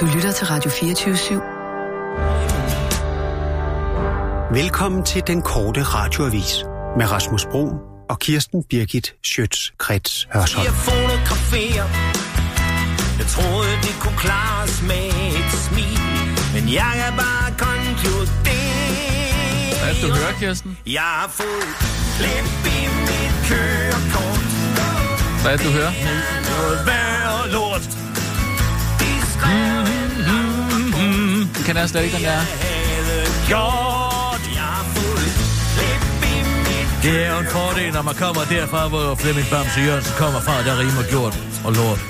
Du lytter til Radio 24 Velkommen til den korte radioavis med Rasmus Bro og Kirsten Birgit Schøtz-Krets Hørsholm. Jeg fotograferer Jeg troede det kunne klares med et smil Men jeg kan bare konkludere Hvad er det, du hører, Kirsten? Jeg har fået klip i mit kørekort Hvad er det, du hører? Noget værre lort De skrev en Den kender jeg slet ikke, den der. havde gjort Jeg har fået klip i mit Det er jo en fordel, når man kommer derfra, hvor Flemming Bamse Jørgensen kommer fra, der rimer gjort og lort.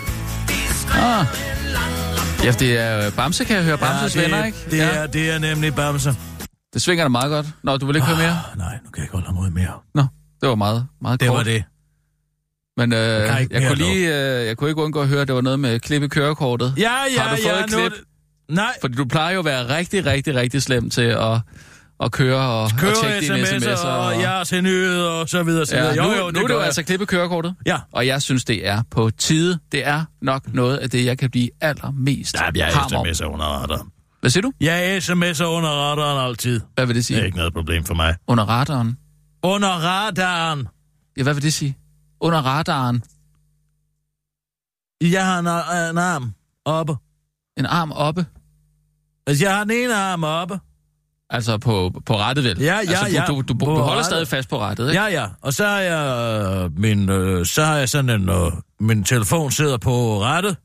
Ah. Ja, det er øh, Bamse, kan jeg høre. Bamses ja, det, venner, ikke? Det, ja. er, det er nemlig Bamse. det svinger da meget godt. Nå, du vil ikke høre mere? Ah, nej, nu kan jeg ikke holde ham ud mere. Nå, det var meget, meget Det kort. var det. Men øh, kan jeg, ikke jeg, mere kunne lige, øh, jeg kunne ikke undgå at høre, at det var noget med klippe kørekortet. Ja, ja, Har du fået ja, et nu... klip? Nej, Fordi du plejer jo at være rigtig, rigtig, rigtig slem til at, at køre og, kører og tjekke dine sms'er. sms'er, og, ja, til nyheder og så videre, så Ja, videre. nu, Jo, jo, nu er det gør jo jeg. altså klippe kørekortet. Ja. Og jeg synes, det er på tide. Det er nok noget af det, jeg kan blive allermest Ja, jeg harm om. sms'er under radaren. Hvad siger du? Jeg sms'er under radaren altid. Hvad vil det Det er sige? ikke noget problem for mig. Under radaren? Under radaren. Ja, hvad vil det sige? Under radaren. Jeg har en, ar- en arm oppe. En arm oppe. Altså, jeg har den ene arm oppe. Altså på, på rettet, vel? Ja, ja, altså, ja. Du, du, du, På du holder rattet. stadig fast på rettet, ikke? Ja, ja. Og så har jeg øh, min, øh, så har jeg sådan en, øh, min telefon sidder på rettet.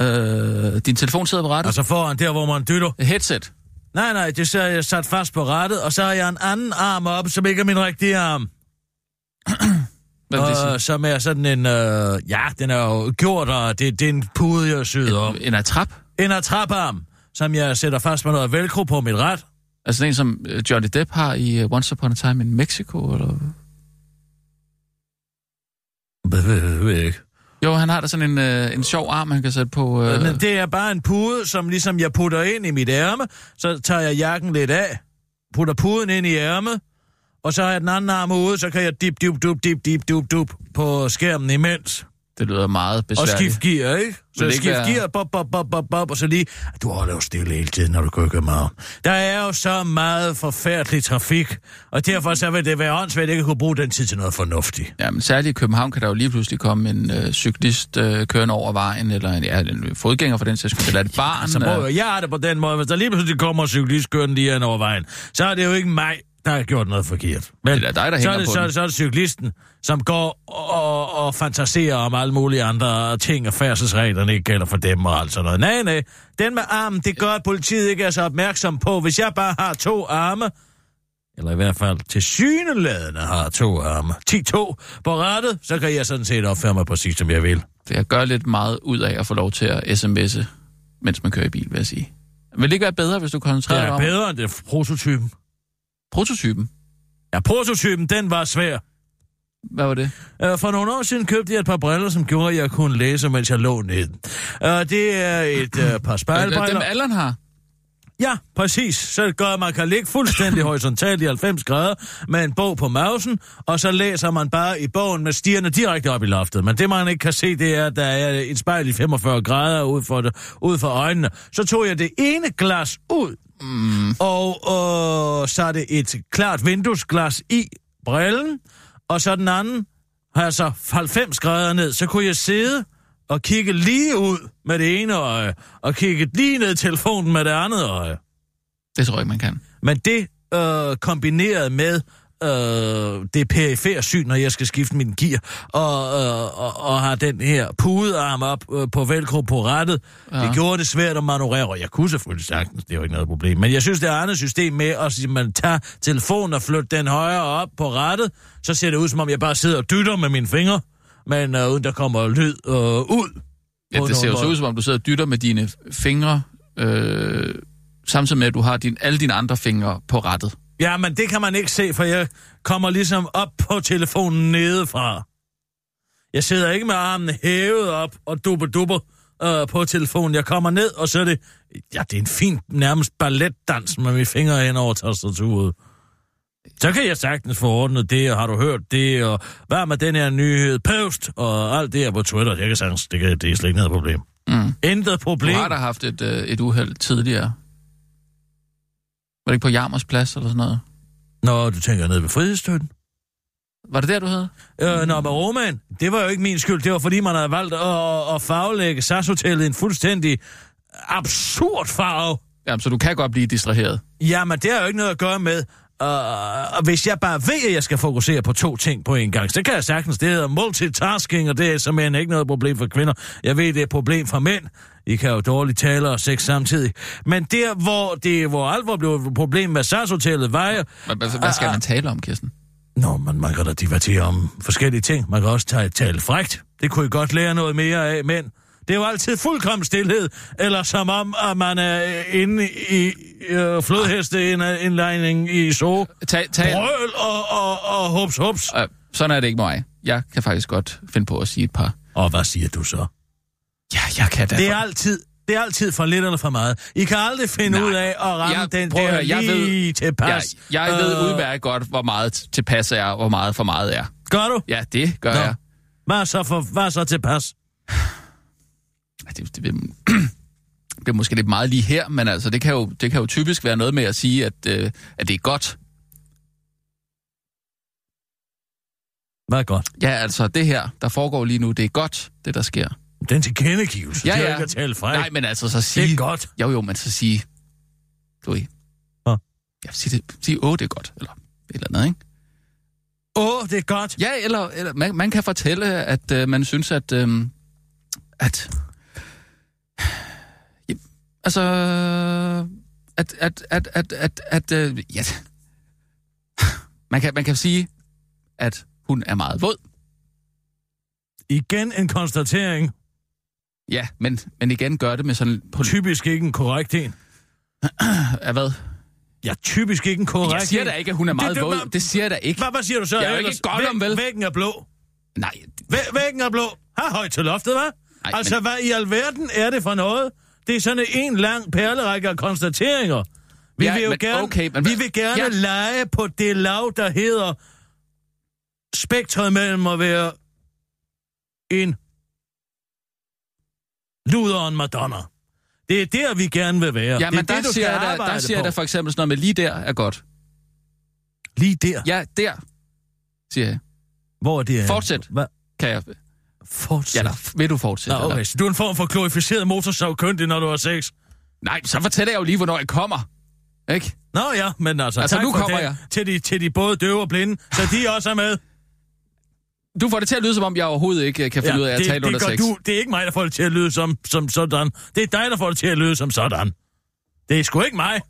Øh, din telefon sidder på rettet. Altså foran der, hvor man dytter. Altså... Headset. Nej, nej, det så er jeg sat fast på rettet, og så har jeg en anden arm oppe, som ikke er min rigtige arm. Hvad vil det sige? Og, som er sådan en, øh, ja, den er jo gjort, og det, det er en pude, jeg syder om. En, en atrap? En atraparm, som jeg sætter fast med noget velcro på mit ret. Altså sådan en, som øh, Johnny Depp har i øh, Once Upon a Time in Mexico, eller... Hvad ved jeg- ved jeg ikke. Jo, han har da sådan en, øh, en sjov arm, han kan sætte på... Øh... Men det er bare en pude, som ligesom jeg putter ind i mit ærme, så tager jeg jakken lidt af, putter puden ind i ærmet, og så har jeg den anden arm ude, så kan jeg dip, dip, dup, dip, dip, dup, dup på skærmen imens. det lyder meget Og besværligt. skift gear, ikke? Så Vil det jeg ikke skift være- gear, bop, bop, bop, bop, bop, og så lige... Du holder jo stille hele tiden, når du kører mig om. Der er jo så meget forfærdelig trafik, og derfor så vil det være åndssvagt ikke at kunne bruge den tid til noget fornuftigt. Ja, men særligt i København kan der jo lige pludselig komme en øh, cyklist øh, kørende over vejen, eller en, ja, en fodgænger for den sags skyld, eller et barn. Så prøver øh, jeg, jeg har det på den måde. Hvis der lige pludselig kommer en cyklist kørende lige hen over vejen, så er det jo ikke mig, der har gjort noget forkert. Men Det er dig, der så, hænger er det, på så, er den. det, så er det cyklisten, som går og, og fantaserer om alle mulige andre ting, og færdselsreglerne ikke gælder for dem og alt sådan noget. Nej, nej. Den med armen, det gør, at politiet ikke er så opmærksom på. Hvis jeg bare har to arme, eller i hvert fald til syneladende har to arme, 10-2 på rettet, så kan jeg sådan set opføre mig præcis, som jeg vil. For jeg gør lidt meget ud af at få lov til at sms'e, mens man kører i bil, vil jeg sige. Vil det ikke være bedre, hvis du Det koncentrerer dig er om bedre end det prototypen. prototypen? Ja, prototypen, den var svær. Hvad var det? Øh, For nogle år siden købte jeg et par briller, som gjorde, at jeg kunne læse, mens jeg lå ned. Øh, Det er et øh, par Albriller. Dem spejlbriller. Allan har. Ja, præcis. Så gør at man kan ligge fuldstændig horisontalt i 90 grader med en bog på mausen, og så læser man bare i bogen med stierne direkte op i loftet. Men det, man ikke kan se, det er, at der er et spejl i 45 grader ud for, det, ud for øjnene. Så tog jeg det ene glas ud, mm. og øh, satte et klart vinduesglas i brillen, og så den anden har jeg så 90 grader ned, så kunne jeg sidde og kigge lige ud med det ene øje, og kigge lige ned i telefonen med det andet øje. Det tror jeg ikke, man kan. Men det øh, kombineret med øh, det perifære syn, når jeg skal skifte min gear, og, øh, og, og har den her pudearm op øh, på velcro på rettet, ja. det gjorde det svært at manøvrere. Og Jeg kunne selvfølgelig sagtens, det er jo ikke noget problem. Men jeg synes, det er andet system med at sige, man tager telefonen og flytter den højere op på rettet, så ser det ud, som om jeg bare sidder og dytter med mine fingre, men øh, uden der kommer lyd øh, ud. Ja, På det ser jo nogen så ud, måde. som om du sidder og dytter med dine fingre, øh, samtidig med, at du har din, alle dine andre fingre på rettet. Ja, men det kan man ikke se, for jeg kommer ligesom op på telefonen nedefra. Jeg sidder ikke med armen hævet op og dupper dupper øh, på telefonen. Jeg kommer ned, og så er det... Ja, det er en fin, nærmest balletdans med mine fingre hen over tastaturet. Så kan jeg sagtens få ordnet det, og har du hørt det, og hvad med den her nyhed, post, og alt det her på Twitter. Jeg kan sagtens, det, kan, det er slet ikke noget problem. Mm. Intet Du problem. har da haft et, øh, et uheld tidligere. Var det ikke på Jarmers Plads eller sådan noget? Nå, du tænker ned ved frihedsstøtten. Var det der, du hed? Øh, nå, men Roman, det var jo ikke min skyld. Det var, fordi man havde valgt at, at farvelægge SAS-hotellet i en fuldstændig absurd farve. Jamen, så du kan godt blive distraheret. Jamen, det har jo ikke noget at gøre med. Uh, og hvis jeg bare ved, at jeg skal fokusere på to ting på en gang, så kan jeg sagtens. Det hedder multitasking, og det er simpelthen ikke noget problem for kvinder. Jeg ved, det er et problem for mænd. I kan jo dårligt tale og sex samtidig. Men der, hvor, det, hvor alvor blev et problem med SAS-hotellet, var jeg... Hvad, hvad, hvad skal man tale om, Kirsten? Nå, men man kan da divertere om forskellige ting. Man kan også tage, tale frægt. Det kunne I godt lære noget mere af, men det er jo altid fuldkommen stillhed, eller som om, at man er øh, inde i øh, flodhesteindlejning i så. Tal, tal. Brøl og, og, og hups, hups. Øh, sådan er det ikke mig. Jeg kan faktisk godt finde på at sige et par. Og hvad siger du så? Ja, jeg kan da. Det er godt. altid, det er altid for lidt eller for meget. I kan aldrig finde Nej. ud af at ramme Jeg- den prøv at der høre, jeg lige ved- tilpas. Jeg, jeg ved Øh, udmærket godt, hvor meget tilpas er, og hvor meget for meget er. Gør du? Ja, det gør Nå. Nå. jeg. Hvad så, for, hvad så tilpas? Ej, Det, det, bliver- det er måske lidt meget lige her, men altså, det kan jo, det kan jo typisk være noget med at sige, at, øh, at det er godt. Hvad er godt? Ja, altså, det her, der foregår lige nu, det er godt, det der sker. Den tilkendegivelse, Ja, det er jo ja. ikke at tale frægt. Nej, men altså, så sige... det er godt. Jo, jo, men så sige... Louis. Hvad? Ja, sig, det, sig åh, det er godt, eller et eller andet, ikke? Åh, det er godt. Ja, eller, eller man, man kan fortælle, at øh, man synes, at... Øh, at ja, altså... At, at, at, at, at, at øh, ja. Man kan, man kan sige, at hun er meget våd. Igen en konstatering. Ja, men, men igen gør det med sådan... På, Typisk ikke en korrekt en. af hvad? Ja, typisk ikke en korrekt Jeg siger en. da ikke, at hun er meget det- våd. hvad- Det siger jeg da ikke. Hvad, hvad siger du så? Jeg er jo ikke ellers? godt om, Væg- vel? Væggen er blå. Nej, Væ- væggen er blå. Har højt til loftet, hva'? Ej, Ej, altså, men- men... hvad i alverden er det for noget? Det er sådan en lang perlerække af konstateringer. Vi Ja, vil jo men gerne, okay, men vi hvad- vil gerne Ja. ja. lege på det lav, der hedder spektret mellem at være en luder og en madonna. Det er der, vi gerne vil være. Ja, men det er der, det, du siger skal jeg da, der arbejde siger jeg på. da for eksempel sådan noget med, lige der er godt. Lige der. Ja, der, siger jeg. Hvor er det er. Fortsæt. Hvad? Kan jeg, Fortsæt. ja, eller, vil du fortsætte? Nå, okay, eller? så du er en form for glorificeret motorsavkyndig, når du har sex. Nej, så fortæller jeg jo lige, hvornår jeg kommer. Ikke? Nå ja, men altså... Altså, tak nu for kommer det jeg. Til de, til de både døve og blinde, så de også er med. Du får det til at lyde, som om jeg overhovedet ikke øh, kan finde ja, ud af at det, tale det, under gør sex. Du, det er ikke mig, der får det til at lyde som, som sådan. Det er dig, der får det til at lyde som sådan. Det er sgu ikke mig.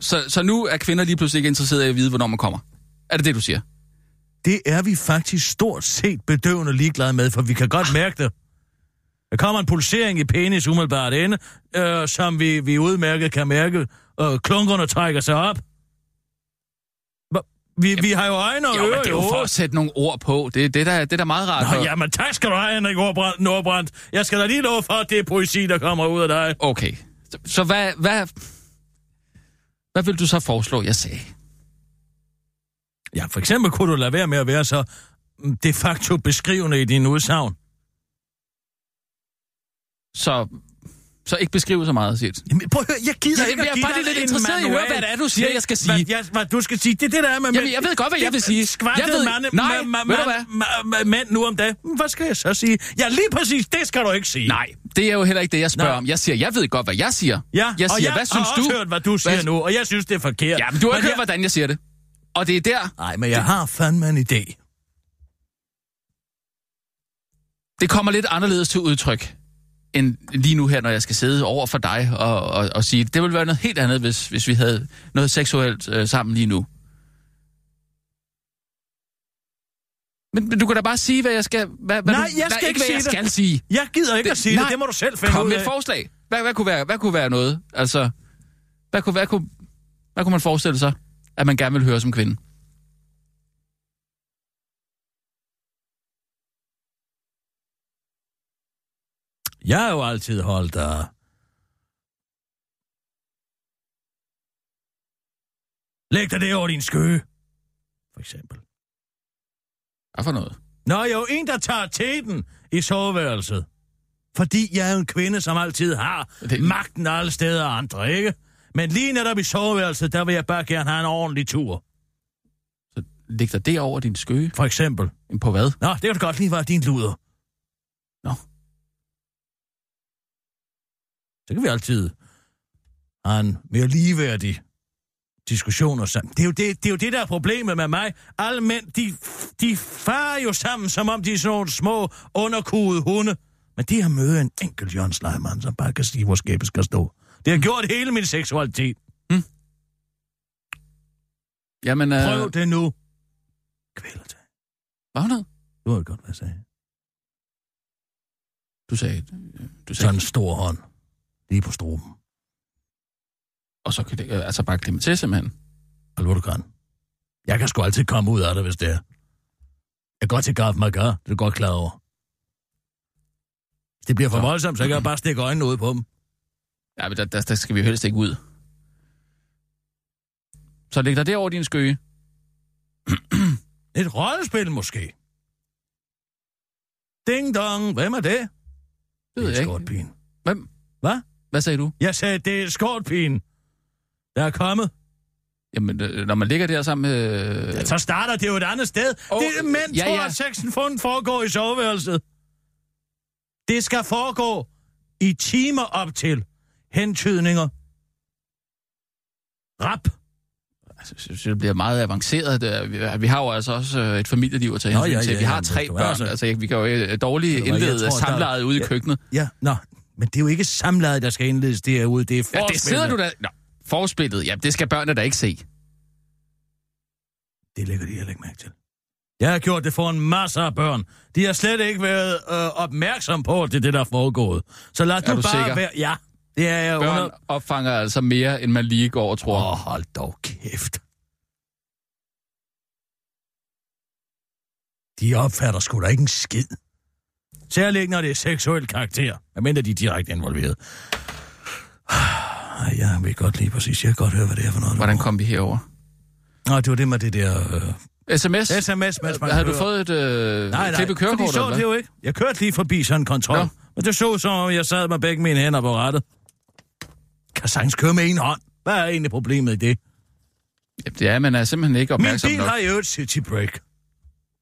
Så, så nu er kvinder lige pludselig ikke interesserede i at vide, hvornår man kommer. Er det det, du siger? Det er vi faktisk stort set bedøvende ligeglade med, for vi kan godt mærke det. Der kommer en pulsering i penis umiddelbart inde, øh, som vi, vi udmærket kan mærke. Øh, klunkerne trækker sig op. Hva- Vi, vi har jo øjne og Jo, men ører det er i jo for hovedet. at sætte nogle ord på. Det, det, er da, det er da meget rart. Nå, at- jamen tak skal du have, Henrik Nordbrandt. Nordbrandt. Jeg skal da lige love for, at det er poesi, der kommer ud af dig. Okay. Så, så hvad, hvad, hvad vil du så foreslå, jeg sagde? Ja, for eksempel kunne du lade være med at være så mm, de facto beskrivende i din udsagn. Så, så ikke beskrive så meget, siger Jamen, prøv at høre, jeg gider Ja, ikke jeg at er give bare dig lidt en interesseret i at høre, manual. hvad det er, du siger, Det- jeg skal Hvad, sige. jeg, hvad du skal sige, det er det, der er med Jamen, jeg ved godt, hvad jeg vil sige. Jeg ved- mand, Nej, ma- ma- ved du mand- ma- ma- mand nu om dagen. Hm, Hvad skal jeg så sige? Ja, lige præcis, det skal du ikke sige. Nej, det er jo heller ikke det, jeg spørger Nå. om. Jeg siger, jeg ved godt, hvad jeg siger. Ja, jeg og siger, jeg hvad synes har du? også hørt, hvad du siger Hvad- nu, og jeg synes, det er forkert. Ja, men du har ikke hørt, jeg- hvordan jeg siger det. Og det er der, Nej, men jeg har fandme en idé. det kommer lidt anderledes til udtryk, end lige nu her, når jeg skal sidde over for dig og, og, og sige, det ville være noget helt andet, hvis, hvis vi havde noget seksuelt øh, sammen lige nu. Men, men du kan da bare sige, hvad jeg skal... Hvad, hvad Nej, du, jeg ikke skal ikke hvad jeg sige det. skal sige. Jeg gider ikke Det- det, at sige nej, nej. det, det må du selv finde Kom ud med af. et forslag. Hvad, hvad, kunne være, hvad kunne være noget? Altså, hvad kunne, hvad, kunne, hvad kunne man forestille sig, at man gerne vil høre som kvinde? Jeg har jo altid holdt dig. Læg dig det over din skøge, for eksempel. Hvad for noget? Nå, jo, en, der tager teten i soveværelset. fordi jeg er jo en kvinde, som altid har Det- det... magten alle steder og andre, ikke? Men lige netop i soveværelset, der vil jeg bare gerne have en ordentlig tur, Læg dig det over din skøge. for eksempel. På hvad? Nå, det kan du godt lige være din luder. Nå. Så kan vi altid have en mere ligeværdig diskussion og sammen. Det er, jo det, det er jo det, der er problemet med mig. Alle mænd, de, de farer jo sammen, som om de er sådan nogle små, underkuede hunde. Men det at møde en enkelt Jørgen Sleiman, som bare kan sige, hvor skæbne skal stå. Det har gjort hele min seksualitet. Jamen, øh, Prøv det nu. Kvæler dig. Hvad var det? Du har godt, hvad jeg sagde. Du sagde, du sagde Sådan en stor hånd. Lige på struben. og så kan det, øh, altså bare klemme til, simpelthen. Hallo, du kan. Jeg kan sgu altid komme ud af det, hvis det er. Jeg går til Graf Magar, det er du godt klar over. Hvis det bliver for Så. voldsomt, så kan jeg bare stikke øjnene ud på dem. Ja, men der, der, der skal vi jo helst ikke ud. Så læg dig derover din skøge. Et rollespil måske. Ding dong, hvem er det? Det ved jeg er ikke. skortpin. Hvem? Hvad? Hvad sagde du? Jeg sagde, det er skortpin. Der er kommet. Jamen, øh, når man ligger der sammen med... Øh, Ja, så starter det jo et andet sted. Åh, Oh, det er mænd ja, ja, tror, ja. at sexen fund foregår i soveværelset. Det skal foregå i timer op til hentydninger. Rap. altså, jeg synes, det bliver meget avanceret. Det, er- vi- vi har jo altså også øh, et familieliv at tage Nå, hensyn ja, til. ja, Vi har jamen, tre du er børn, altså- altså jeg- vi kan jo øh, dårligt du hvad, jeg indlede tror, der- samlejet ude i Ja. køkkenet. Ja, nå. Men det er jo ikke samlejet, der skal indledes derude. Det er Ja, forspillet. det sidder du da... Nå, forspillet. Ja, det skal børnene da ikke se. Det lægger de heller ikke mærke til. Jeg har gjort det for en masse af børn. De har slet ikke været øh, opmærksom på, at det er det, der er foregået. Så lad Er nu du bare sikker? være... Ja, det er jeg under... Børn opfanger altså mere, end man lige går og tror. Åh, oh, hold dog kæft. De opfatter sgu da ikke en skid. Særligt ikke, når det er seksuel karakter. Jeg mener, de er direkte involveret. Ah, Jeg ved godt lige præcis. Jeg kan godt høre, hvad det er for noget. Hvordan kom vi herover? Nå, det var det med det der... Øh... SMS? SMS, mens man Havde du kører. fået et øh, Nej, klip nej, i for de kørekortet? så eller det hvad? jo ikke. Jeg kørte lige forbi sådan en kontrol. Nå. Nå. Men det så som om, jeg sad med begge mine hænder på rattet. Kan sagtens køre med en hånd. Hvad er egentlig problemet i det? Jamen, Ja, man er simpelthen ikke Min opmærksom bil nok. har jo et city break.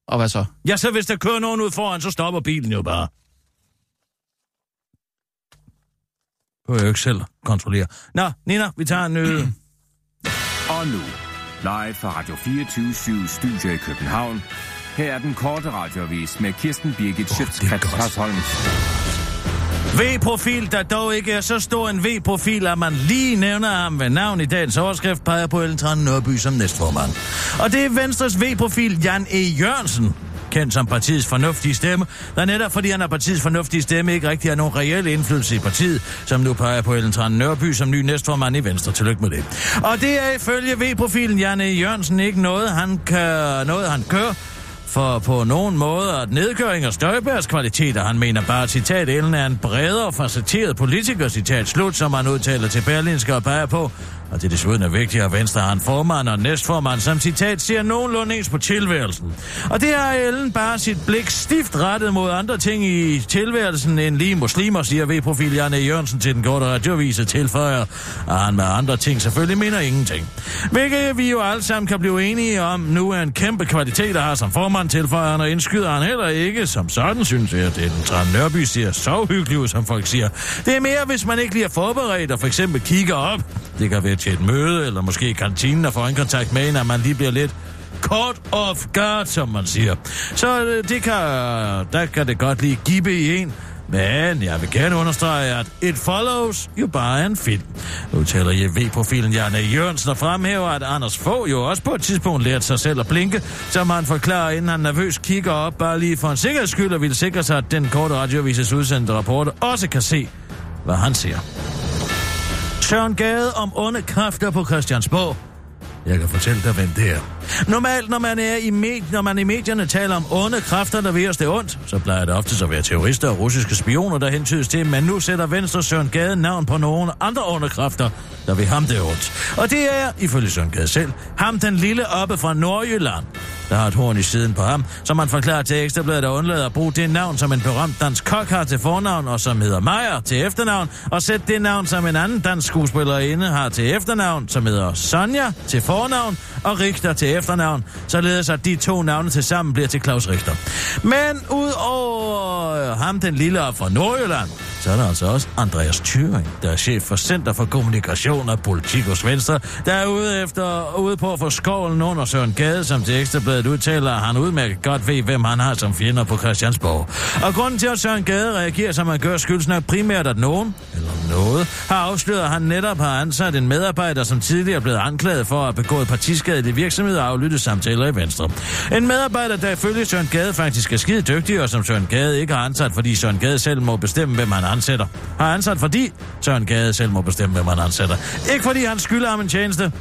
Og hvad så? Ja, så hvis der kører nogen ud foran, så stopper bilen jo bare. Det kan jeg jo ikke selv kontrollere. Nå, Nina, vi tager en øl. Og nu, live fra Radio 24 Studio i København. Her er den korte radiovis med Kirsten Birgit oh, Schøtzgrads godt. Hasholm. V-profil, der dog ikke er så stor en V-profil, at man lige nævner ham ved navn i dagens overskrift, peger på Ellen Trane Nørby som næstformand. Og det er Venstres V-profil Jan E. Jørgensen, kendt som partiets fornuftige stemme, der netop fordi han er partiets fornuftige stemme ikke rigtig har nogen reel indflydelse i partiet, som nu peger på Ellen Trane Nørby som ny næstformand i Venstre. Tillykke med det. Og det er ifølge V-profilen Jan E. Jørgensen ikke noget, han, kan, noget, han kører, for på nogen måde at nedgøring af Støjbergs kvaliteter, han mener bare, citat, Ellen er en bredere facetteret politiker, citat slut, som han udtaler til Berlinske og peger på. Og det er desuden er vigtigt, at Venstre har en formand og en næstformand, som citat ser nogenlunde ens på tilværelsen. Og det har Ellen bare sit blik stift rettet mod andre ting i tilværelsen end lige muslimer, siger V-profil Janne Jørgensen til den korte radioavis og tilføjer, at han med andre ting selvfølgelig mener ingenting. Hvilket vi jo alle sammen kan blive enige om, nu er en kæmpe kvalitet, der har som formand tilføjer han, og indskyder han heller ikke. Som sådan synes jeg, at den Tran Nørby ser så hyggelig ud, som folk siger. Det er mere, hvis man ikke lige er forberedt og for eksempel kigger op. Det kan være til et møde, eller måske i kantinen og får en kontakt med en, at man lige bliver lidt Caught off guard, som man siger. Så øh, det kan, der kan det godt lige give i en. Men jeg vil gerne understrege, at It Follows jo bare er en film. Nu taler jeg V-profilen Janne Jørgensen og fremhæver, at Anders Fogh jo også på et tidspunkt lærte sig selv at blinke, som han forklarer, inden han nervøst kigger op, bare lige for en sikkerheds skyld, og ville sikre sig, at den korte radiovises udsendte rapport også kan se, hvad han ser. Søren Gade om onde kræfter på Christiansborg. Jeg kan fortælle dig, hvem det er. Normalt, når man, er i med, når man i medierne taler om onde kræfter, der vil os det ondt, så plejer det ofte at være terrorister og russiske spioner, der hentydes til, men nu sætter Venstre Søren Gade navn på nogle andre onde kræfter, der vil ham det ondt. Og det er, ifølge Søren Gade selv, ham den lille oppe fra Nordjylland. Der har et horn i siden på ham, som man forklarer til Ekstrabladet, der undlader at bruge det navn, som en berømt dansk kok har til fornavn, og som hedder Meyer til efternavn, og sætte det navn, som en anden dansk skuespillerinde har til efternavn, som hedder Sonja til fornavn, og Richter til efternavn, således at de to navne til sammen bliver til Claus Richter. Men udover ham, den lille op fra Nordjylland, så er der altså også Andreas Thyring, der er chef for Center for Kommunikation og Politik hos Venstre, der er ude, efter, ude på at få skovlen under Søren Gade, som til Ekstrabladet udtaler, at han udmærket godt ved, hvem han har som fjender på Christiansborg. Og grunden til, at Søren Gade reagerer, som han gør, skyldes nok primært, at nogen, eller noget, har afsløret, at han netop har ansat en medarbejder, som tidligere er blevet anklaget for at have begået partiskade i virksomheder og aflyttet samtaler i Venstre. En medarbejder, der ifølge Søren Gade faktisk er skide dygtig, og som Søren Gade ikke har ansat, fordi Søren Gade selv må bestemme, hvem han ansætter. Har ansat, fordi Søren Gade selv må bestemme, hvem han ansætter. Ikke fordi han skylder ham en tjeneste.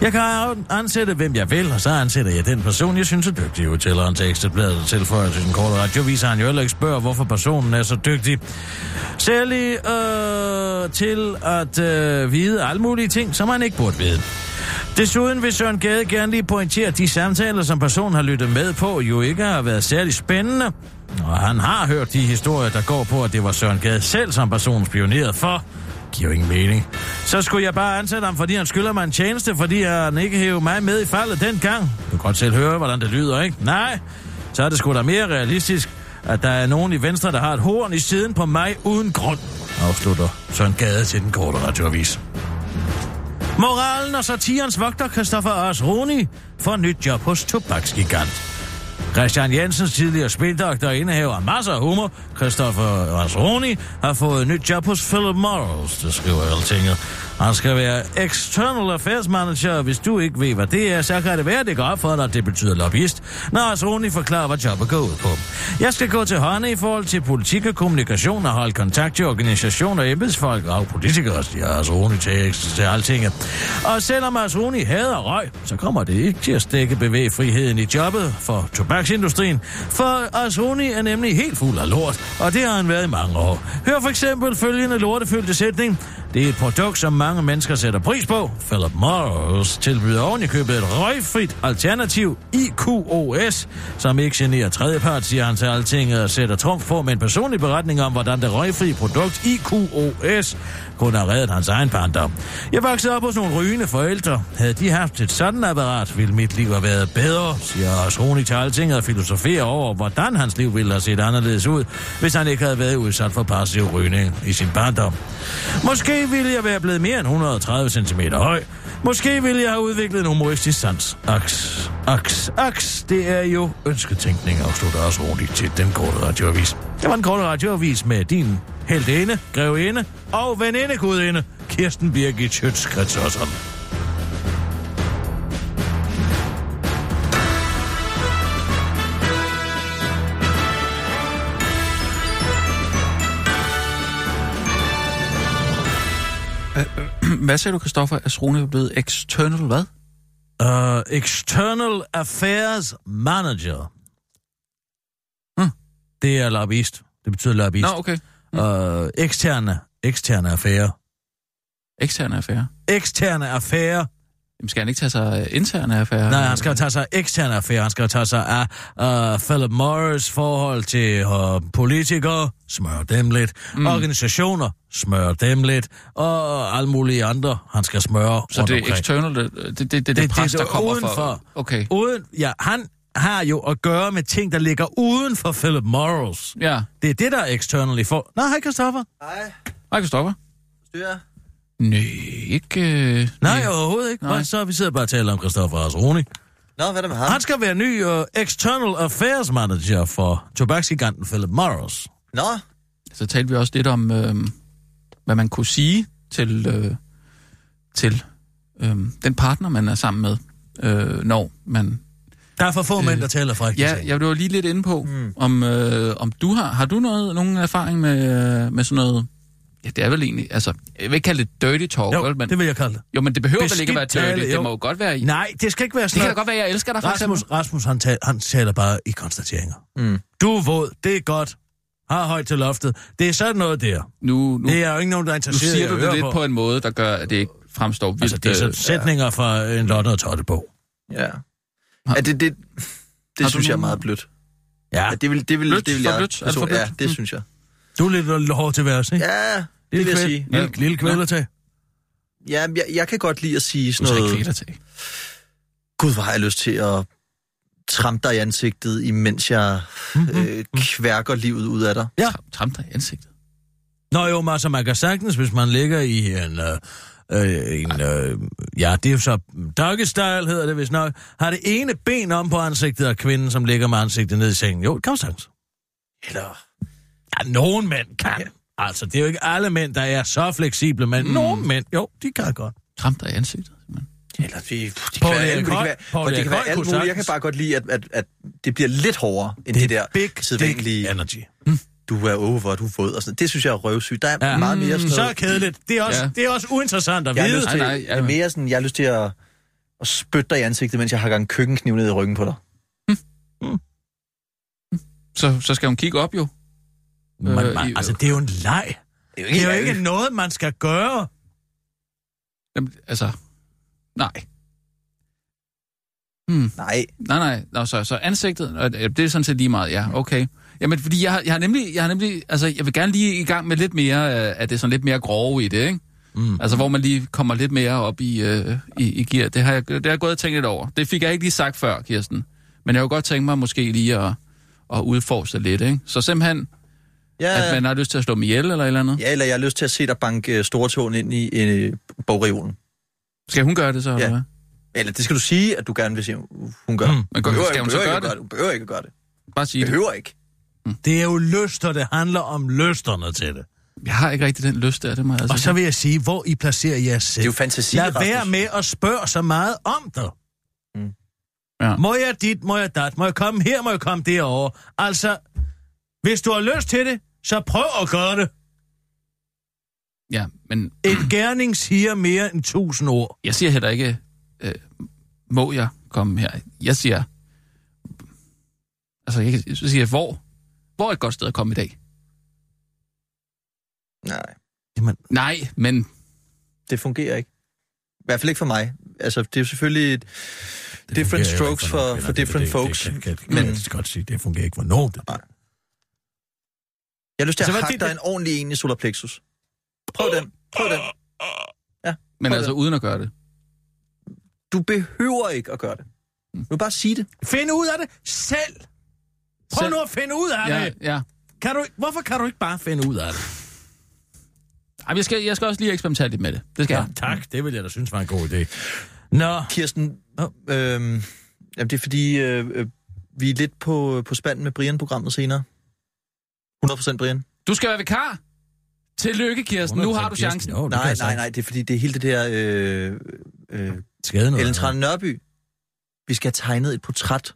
Jeg kan ansætte, hvem jeg vil, og så ansætter jeg den person, jeg synes er dygtig, udtaler han til Ekstrabladet og tilføjer til den korte radiovis, at han jo heller ikke spørger, hvorfor personen er så dygtig. Særlig øh, til at øh, vide alle mulige ting, som han ikke burde vide. Desuden vil Søren Gade gerne lige pointere, at de samtaler, som personen har lyttet med på, jo ikke har været særlig spændende. Og han har hørt de historier, der går på, at det var Søren Gade selv, som personen spionerede for giver jo ingen mening. Så skulle jeg bare ansætte ham, fordi han skylder mig en tjeneste, fordi han ikke hævde mig med i faldet dengang. Du kan godt selv høre, hvordan det lyder, ikke? Nej, så er det sgu da mere realistisk, at der er nogen i Venstre, der har et horn i siden på mig uden grund, afslutter Søren Gade til den korte radioavis. Moralen og satirens vogter Christoffer Asroni får nyt job hos tobaksgigant. Christian Jensens tidligere spildoktor og indehaver af masser af humor, Christopher Rasroni, har fået nyt job hos Philip Morris, det skriver Altinget. Han skal være External Affairs Manager, og hvis du ikke ved, hvad det er, så kan det være, det går op for dig, at det betyder lobbyist, når Rasroni forklarer, hvad jobbet går ud på. Jeg skal gå til hånden i forhold til politik og kommunikation og holde kontakt til organisationer, embedsfolk og politikere, siger Rasroni til, Ex- til Altinget. Og selvom Rasroni hader røg, så kommer det ikke til at stikke bevægfriheden i jobbet for tobaksindustrien, for Arsoni er nemlig helt fuld af lort, og det har han været i mange år. Hør for eksempel følgende lortefyldte sætning. Det er et produkt, som mange mennesker sætter pris på. Philip Morris tilbyder ovenikøbet et røgfrit alternativ IQOS, som ikke generer tredjepart, siger han til altinget og sætter trumf på med en personlig beretning om, hvordan det røgfri produkt IQOS kun har reddet hans egen barndom. Jeg voksede op hos nogle rygende forældre. Havde de haft et sådan apparat, ville mit liv have været bedre, siger Asroni til altinget og filosoferer over, hvordan hans liv ville have set anderledes ud, hvis han ikke havde været udsat for passiv rygning i sin barndom. Måske ville jeg være blevet mere end 130 cm høj. Måske ville jeg have udviklet en humoristisk sans. Aks, aks, aks, det er jo ønsketænkning, afslutter også roligt til den korte radioavis. Det var den korte radioavis med din heldinde, grevinde og venindegudinde, Kirsten Birgit Schøtz Hvad sagde du, Christoffer? Asrone er blevet external hvad? Uh, External Affairs Manager. Hmm. Det er lobbyist. Det betyder lobbyist. Nå, okay. Øh, eksterne, eksterne affærer. Eksterne affære. Eksterne affærer. Jamen, skal han ikke tage sig af interne affære? Nej, han skal jo tage sig af eksterne affærer. Han skal jo tage sig af uh, Philip Morris forhold til uh, politikere. Smør dem lidt. Mm. Organisationer. Smør dem lidt. Og alle mulige andre. Han skal smøre Så rundt det er omkring. external, det, det, det, det, det, det det pres, der er kommer udenfor. fra... Okay. Uden, ja, han har jo at gøre med ting, der ligger uden for Philip Morris. Ja. Det er det, der er externally for... Nå, hej Christoffer. Hej, Christoffer. Styrer. Nej, ikke... Øh, Nej, overhovedet ikke. Nej. Nej. Så vi sidder bare og taler om Christoffer Asroni. Nå, hvad er der med ham? Han skal være ny uh, External Affairs Manager for tobaksgiganten Philip Morris. Nå, Så talte vi også lidt om, øh, hvad man kunne sige til, øh, til øh, den partner, man er sammen med, øh, når man... Der er for få øh, mænd, der taler fra Ja, jeg var lige lidt inde på, mm. om, øh, om du har... Har du noget, nogen erfaring med, øh, med sådan noget ja, det er vel egentlig, altså, jeg vil ikke kalde det dirty talk, Jo, vel, men, det vil jeg kalde det. jo, men det behøver vel Beskidt ikke at være dirty, tale, jo. det må jo godt være, det Nej, det skal ikke være sådan kan da noget. godt være, jeg elsker dig, for eksempel. Rasmus, Rasmus han, tal, han taler bare i konstateringer. Mm. Du er våd, det er godt. Har højt til loftet. Det er sådan noget der. Nu, nu, Det er jo ikke nogen, der nu er interesseret siger i at du det høre lidt på. på en måde, der gør, at det ikke fremstår vildt. Altså, det er sådan øh, sætninger fra en Lotte og Tottebog. Ja. ja det, det, Har det du synes jeg er nogen- meget blødt. Ja, Ja, det vil, det vil, Blødt? det vil For jeg... blødt? Er det person- for blødt? Ja, det synes jeg. du er lidt hård til værs, ikke? Ja, det vil jeg sige. Lille, lille kvælertag. Ja, men jeg, jeg kan godt lide at sige du sådan skal noget... ikke kvæle dig til. Gud, hvor har jeg lyst til at trampe dig i ansigtet, imens jeg øh, kværker livet ud af dig. Ja. Tram- Tram dig i ansigtet. Nå jo, men altså, man kan sagtens, hvis man ligger i en... Øh, øh, en øh, ja, det er jo så doggy style, hedder det vist nok. Har det ene ben om på ansigtet af kvinden, som ligger med ansigtet ned i sengen. Jo, det kan man sagtens. Eller... Ja, nogen mænd kan. Altså, det er jo ikke alle mænd, der er så fleksible, men mm. nogen mænd, jo, de kan godt. Tram dig i ansigtet. simpelthen. Eller de, de Paul kan være, Erik alt muligt. det Høj- kan være, Paul og det Erik kan være Høj alt kunne muligt. Jeg kan sagtens. bare godt lide, at, at, at det bliver lidt hårdere end det, det der Big dick sædvanlige, energy. du er over, du er våd og sådan noget. Det synes jeg er røvsygt. Der er Ja. ja. meget mere sådan Mm, Så er noget. kedeligt. Det er også, Ja. ja. det er også uinteressant at Jeg har vide. lyst Nej, til, nej, nej, ja. nej, mere sådan, jeg har lyst til at, at spytte dig i ansigtet, mens jeg har gang køkkenkniv ned i ryggen på dig. Så, så skal hun kigge op, jo. Man, Øh, man, i- altså, det er jo en leg. Det Det er jo ikke noget, man skal gøre. Jamen, altså, nej. Hmm, Nej, nej, nej. Nå, så, så ansigtet, øh, det er sådan set lige meget, ja, okay. Jamen, fordi jeg, har- jeg har nemlig, jeg har nemlig, altså, jeg vil gerne lige i gang med lidt mere, øh, at det er sådan lidt mere grove i det, ikke? Mm. Altså, hvor man lige kommer lidt mere op i, øh, i, i gear. Det har, jeg, det har jeg gået og tænkt lidt over. Det fik jeg ikke lige sagt før, Kirsten. Men jeg kunne godt tænke mig måske lige at, at udforske det lidt, ikke? Så simpelthen, at ja, man man... har lyst til at slå dem ihjel eller et eller andet. ja, eller jeg har lyst til at se dig banke øh, stortåen ind i øh, bogreolen. Skal hun gøre det så, ja. eller hvad? Eller det skal du sige, at du gerne vil se, hun gør. Mm. Mm. Men Hun skal behøver, hun ikke, så gøre behøver, det? ikke at gøre det. Hun behøver ikke at gøre det. Bare sige det. Behøver ikke. Det er jo lyster, det handler om lysterne til det. Jeg har ikke rigtig den lyst der, det må jeg altså Og så vil jeg sige, hvor I placerer jer selv. Det er jo fantasi, Lad Rasmus. være med at spørge så meget om det. Mm. Ja. Ja. Må jeg dit, må jeg dat, må jeg komme her, må jeg komme derovre. Altså, hvis du har lyst til det, så prøv at gøre det. Ja, men En gerning siger mere end tusind ord. jeg siger heller ikke, øh, må jeg komme her? Jeg siger, altså jeg, kan- så siger, jeg, hvor? Hvor er et godt sted at komme i dag? Nej, Jamen, Nej, men det fungerer ikke. I hvert fald ikke for mig. Altså, det er jo selvfølgelig et different fungerer jo ikke strokes for, nogen, for, eller different det, folks. Det, det, det, det, Men- kan jeg godt sige, det fungerer ikke for nogen. Det. Jeg har lyst til Altså, at hvad er hakke det- dig en ordentlig en i solar plexus. Prøv den. Prøv den. men Prøv altså uden at gøre det. Du behøver ikke at gøre det. Nu bare sige det. Find ud af det selv. Prøv Selv. nu at finde ud af Ja, det. ja. Kan du, ikke- hvorfor kan du ikke bare finde ud af det? Jamen, jeg, skal, jeg skal også lige eksperimentere lidt med det. Det skal Ja, jeg. tak. Det vil jeg da synes var en god idé. Nå, Kirsten, Nå. øhm, jamen det er fordi, øh, øh, vi er lidt på, på spanden med Brian-programmet senere. 100% Brian. Du skal være vikar. Tillykke, Altså, Kirsten. Nu har du chancen. Jo, det kan Nej, jeg nej, sagtens. nej, det er fordi, det er hele det der øh, øh, Skade noget. Ellen Trane Nørby. Vi skal have tegnet et portræt.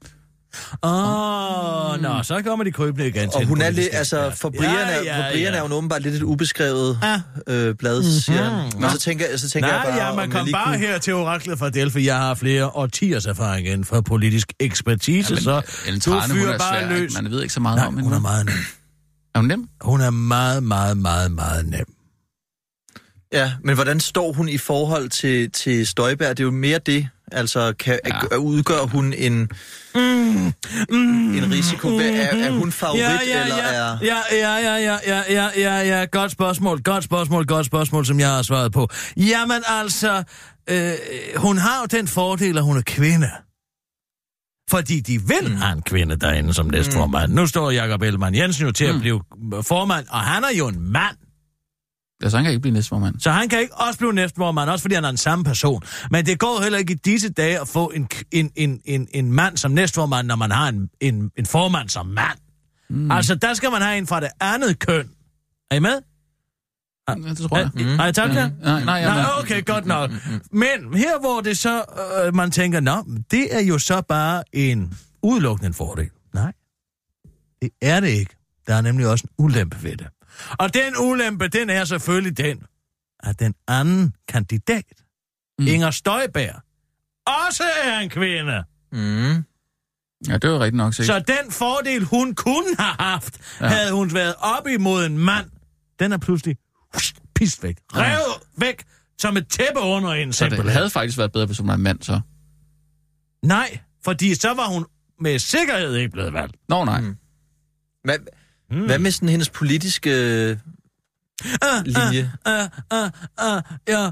Åh, oh, nå, så kommer de krybende igen til Og den hun er politiske lidt, altså, ekspert. for Brian, er, for Brian er jo åbenbart lidt et ubeskrevet Ja. øh, blad, siger han. Nå. Og så tænker, så tænker jeg Mhm. Nej, bare, ja, man om kom jeg lige bare kunne... her til oraklet fra Delphi. Jeg har flere årtiers erfaring inden for politisk ekspertise, Ja, men, så Ellen du Trane, hun fyrer er bare svær, løs. ikke? Man ved ikke så meget Nej, om hun er hende. meget nem. Er hun nem? Hun er meget, meget, meget, meget nem. Ja, men hvordan står hun i forhold til, til Støjberg? Det er jo mere det. Altså, kan, ja. udgør hun en, mm, mm, en risiko? Hvad, er, er hun favorit, Mm. Ja, ja, eller ja, er... ja, ja, ja, ja, ja, ja, ja, ja, godt spørgsmål, godt spørgsmål, godt spørgsmål, som jeg har svaret på. Jamen altså, øh, hun har jo den fordel, at hun er kvinde. Fordi de Mm. vil have en kvinde derinde som næstformand. Mm. Nu står Jakob Ellemann Jensen jo til Mm. at blive formand, og han er jo en mand. Altså, han kan ikke blive næstformand. Så han kan ikke også blive næstformand, også fordi han er den samme person. Men det går heller ikke i disse dage at få en, k- en, en, en, en mand som næstformand, når man har en, en, en formand som mand. Mm. Altså, der skal man have en fra det andet køn. Er I med? Ja, det tror jeg. Mm. Har I tabt jer? Nej, nej, jeg er Nej, med. okay, godt nok. Men her hvor det så, øh, man tænker, nå, men det er jo så bare en udelukkende en fordel. Nej, det er det ikke. Der er nemlig også en ulempe ved det. Og den ulempe, den er selvfølgelig den, at den anden kandidat, mm. Inger Støjberg, også er en kvinde. Mm. Ja, det var rigtigt nok sikkert. Så den fordel, hun kunne have haft, ja. havde hun været op imod en mand, den er pludselig husk, pist væk. Revet væk som et tæppe under en Så, så det simpelthen. havde faktisk været bedre, hvis hun var en mand, så. Nej, fordi så var hun med sikkerhed ikke blevet valgt. Nå, nej. Mm. Hvad, mm. hvad med sådan hendes politiske øh, linje? Uh, uh, uh, ja,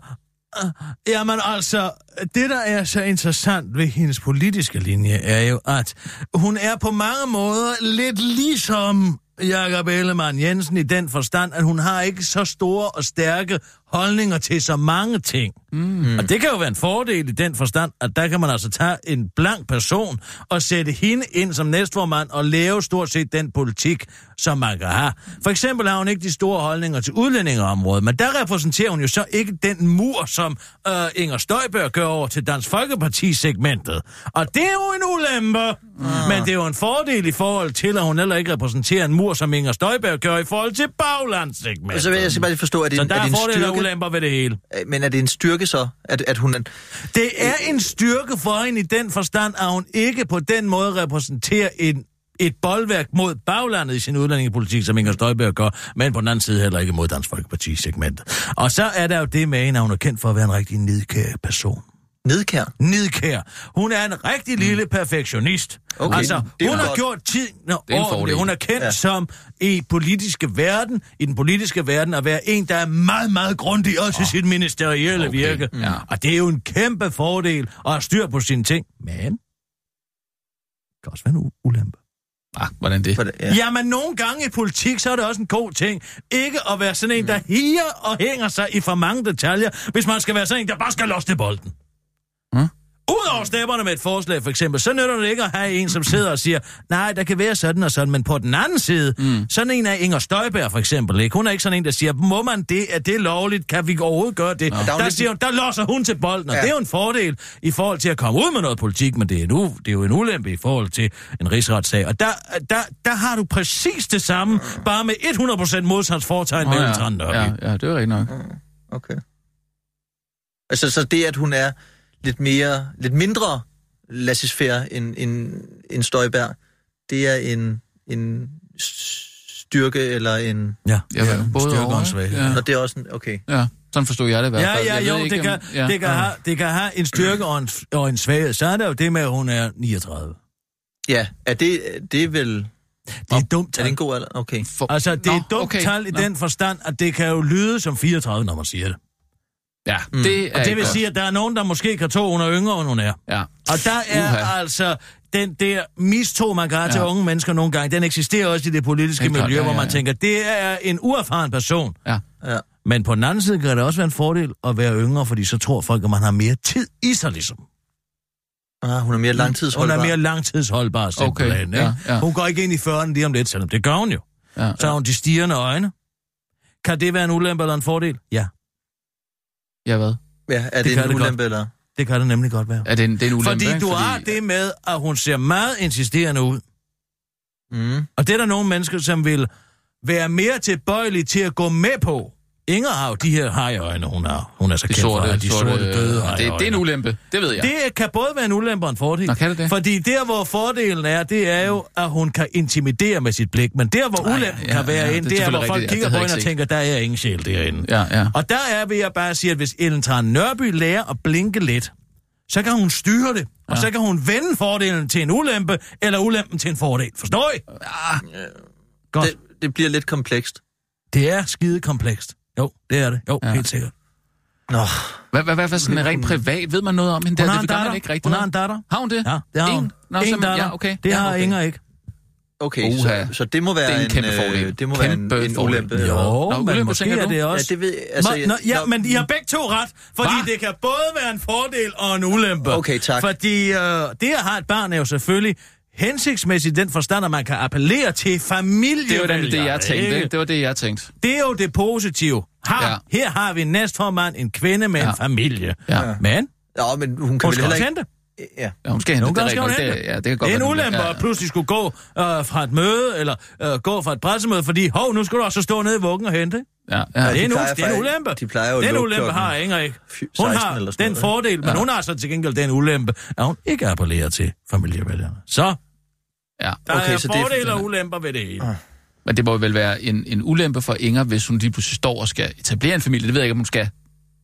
uh, jamen altså, det der er så interessant ved hendes politiske linje, er jo, at hun er på mange måder lidt ligesom Jakob Ellemann Jensen i den forstand, at hun har ikke så store og stærke holdninger til så mange ting. Mm. Og det kan jo være en fordel i den forstand, at der kan man altså tage en blank person og sætte hende ind som næstformand og lave stort set den politik, som man kan have. For eksempel har hun ikke de store holdninger til udlændingeområdet, men der repræsenterer hun jo så ikke den mur, som øh, Inger Støjberg gør over til Dansk Folkeparti-segmentet. Og det er jo en ulempe, mm. Ah. men det er jo en fordel i forhold til, at hun heller ikke repræsenterer en mur, som Inger Støjberg gør i forhold til baglandssegmentet. Så vil jeg skal bare lige forstå, er det, Så en, der er er, det en fordele og styrke? ulemper ved det hele. Øh, Men er det en styrke så, at, at hun... Det er en styrke for hende i den forstand, at hun ikke på den måde repræsenterer en, et boldværk mod baglandet i sin udlændingepolitik, som Inger Støjberg gør, men på den anden side heller ikke mod Dansk Folkeparti segment. Og så er der jo det med hende, at hun er kendt for at være en rigtig nidkær person. Nedkær? Nidkær. Hun er en rigtig lille perfektionist. Okay, altså, det er hun jo har godt. gjort tid er en ordentligt. fordel. Hun er kendt ja. Ja. som i politiske verden, i den politiske verden, at være en, der er meget, meget grundig også i sit ministerielle Okay, okay. virke. ja. Og det er jo en kæmpe fordel at have styr på sine ting. Men det kan også være en u- ulempe. Ah, hvordan det? For det- Ja. Jamen, nogle gange i politik, så er det også en god ting. Ikke at være sådan en, der Mm. higer og hænger sig i for mange detaljer, hvis man skal være sådan en, der bare skal losse til bolden. Mm. Udover stepperne med et forslag, for eksempel, så nytter det ikke at have en, som sidder og siger, nej, der kan være sådan og sådan, men på den anden side, mm. sådan en af Inger Støjberg, for eksempel, ikke? hun er ikke sådan en, der siger, må man det, er det lovligt, kan vi overhovedet gøre det? Der er Der, jo der, lidt- siger, hun- der losser hun til bolden, og ja. Ja. det er jo en fordel i forhold til at komme ud med noget politik, men det er, nu, det er jo en ulempe i forhold til en rigsretssag. Og der, der, der har du præcis det samme, bare med 100% modstandsfortegn Nå, mellem ja. Trane Nørby. ja, ja, det var rigtigt nok. Okay. Altså, så det, at hun er lidt mere, lidt mindre laissez-faire end, end, end Støjberg, det er en, en styrke eller en... Ja, Jeg var både styrke over, og en svaghed. Ja. Ja. Og det er også en... Okay. ja, sådan forstod jeg det i hvert Ja, fald. ja, Jeg ved jo, det om- kan, ja. det, kan have, det kan have en styrke og en, og en svaghed. Så er der jo det med, at hun er 39. Ja, er det, det er vel... Det er et dumt Er det tal. en god alder? Okay. For... Altså, det er Nå, et dumt okay. tal i Nå. den forstand, at det kan jo lyde som 34, når man siger det. Ja, det er Og det ikke vil godt. sige, at der er nogen, der måske kan tro, hun er yngre, end hun er. Ja. Og der er Uha. Uha. altså den der mistro, man kan have ja. til Ja. unge mennesker nogle gange, den eksisterer også i det politiske Helt miljø, klart, ja, ja, hvor ja, man ja. tænker, det er en uerfaren person. Ja. Ja. Men på den anden side kan det også være en fordel at være yngre, fordi så tror folk, at man har mere tid i sig, ligesom. Ah, hun er mere Hun langtidsholdbar. er mere langtidsholdbar, simpelthen. Okay, ikke? ja, ja. Hun går ikke ind i 40'erne lige om lidt, selvom det gør hun jo. Ja. Så har hun de stirrende øjne. Kan det være en ulempe eller en fordel? Ja, ja, hvad? Ja, er Det kan det, det det en godt. ulempe, eller... det kan det nemlig godt være. Er det en, det er en ulempe, Fordi ikke? du har det med, at hun ser meget insisterende ud. Mm. Og det er der nogle mennesker, som vil være mere tilbøjelige til at gå med på. Inger har jo de her hajøjne, hun har. Hun er så De kendt for, sorte, at de sorte, sorte døde det, hajøjne. det er en ulempe, det ved jeg. Det kan både være en ulempe og en fordel. Nå, kan det det? Fordi der, hvor fordelen er, det er jo, at hun kan intimidere med sit blik. Men der, hvor Ej, ulempen ja, kan være ja, ja, det er inde, det, er, selvfølgelig hvor folk rigtigt. Ja, kigger det på havde hende jeg og ikke tænker, der er ingen sjæl derinde. Ja, ja. Og der er, vil jeg bare sige, at hvis Ellen Tran Nørby lærer at blinke lidt, så kan hun styre det, og så kan hun vende fordelen til en ulempe, eller ulempen til en fordel. Forstår I? Godt. Det, det bliver lidt komplekst. Det er skide komplekst. Jo, det er det. Jo, ja. Ja. helt sikkert. Nå, Hvad, hvad, hvad, hvad sådan rent privat? Ved man noget om hende? Hun der? har det en gør man datter. ikke rigtigt. Hun har vel? en datter. Har hun det? Ja, det har En? hun. Nå, Ingen simpelthen. datter. Ja, okay. Det Ja, har okay. Inger ikke. okay, Uha. så, så det må være Det er en kæmpe øh, fordel. Det må være en, Kæmpe en fordel. ulempe. Jo, eller- Nå, men ulempe, måske tænker er du? det Ja, også... det ved Altså, altså, Nå, nå, ja, nå, men I har begge to ret, fordi Hva? Hva? det kan både være en fordel og en ulempe. Okay, tak. Fordi øh, det at have et barn er jo selvfølgelig hensigtsmæssigt i den forstand, at man kan appellere til familie. Det var nemlig det, jeg tænkte. ikke? Det var det, jeg tænkte. Det er jo det positive. Har, ja. Ja. Her har vi en næstformand, en kvinde med ja. Ja. en familie. Ja. Men Nå, men hun kan hun vel skal heller også ikke... hente. Ja. Ja, hun skal hente. Nogle Det er gange skal hun rigtigt nok. hente. Det, ja, det kan godt Det er en være, hun- ulempe ja, at pludselig skulle gå øh, fra et møde, eller øh, gå fra et pressemøde, fordi hov, nu skal du også stå nede i vuggen og hente. Ja, ja. Ja, det, er en, de plejer u- det er en faktisk- ulempe. de plejer jo at Den lukke ulempe klokken har Ingrid. fy- Hun 16 har eller sådan den noget, fordel, men hun har så til gengæld den ulempe, at hun ikke appellerer til familievælgerne. Så ja. der okay, Okay, er så det er- Ah. fordele og ulemper ved det hele. Men det må vel være en, en ulempe for Inger, hvis hun lige pludselig står og skal etablere en familie. Det ved jeg ikke, om hun skal.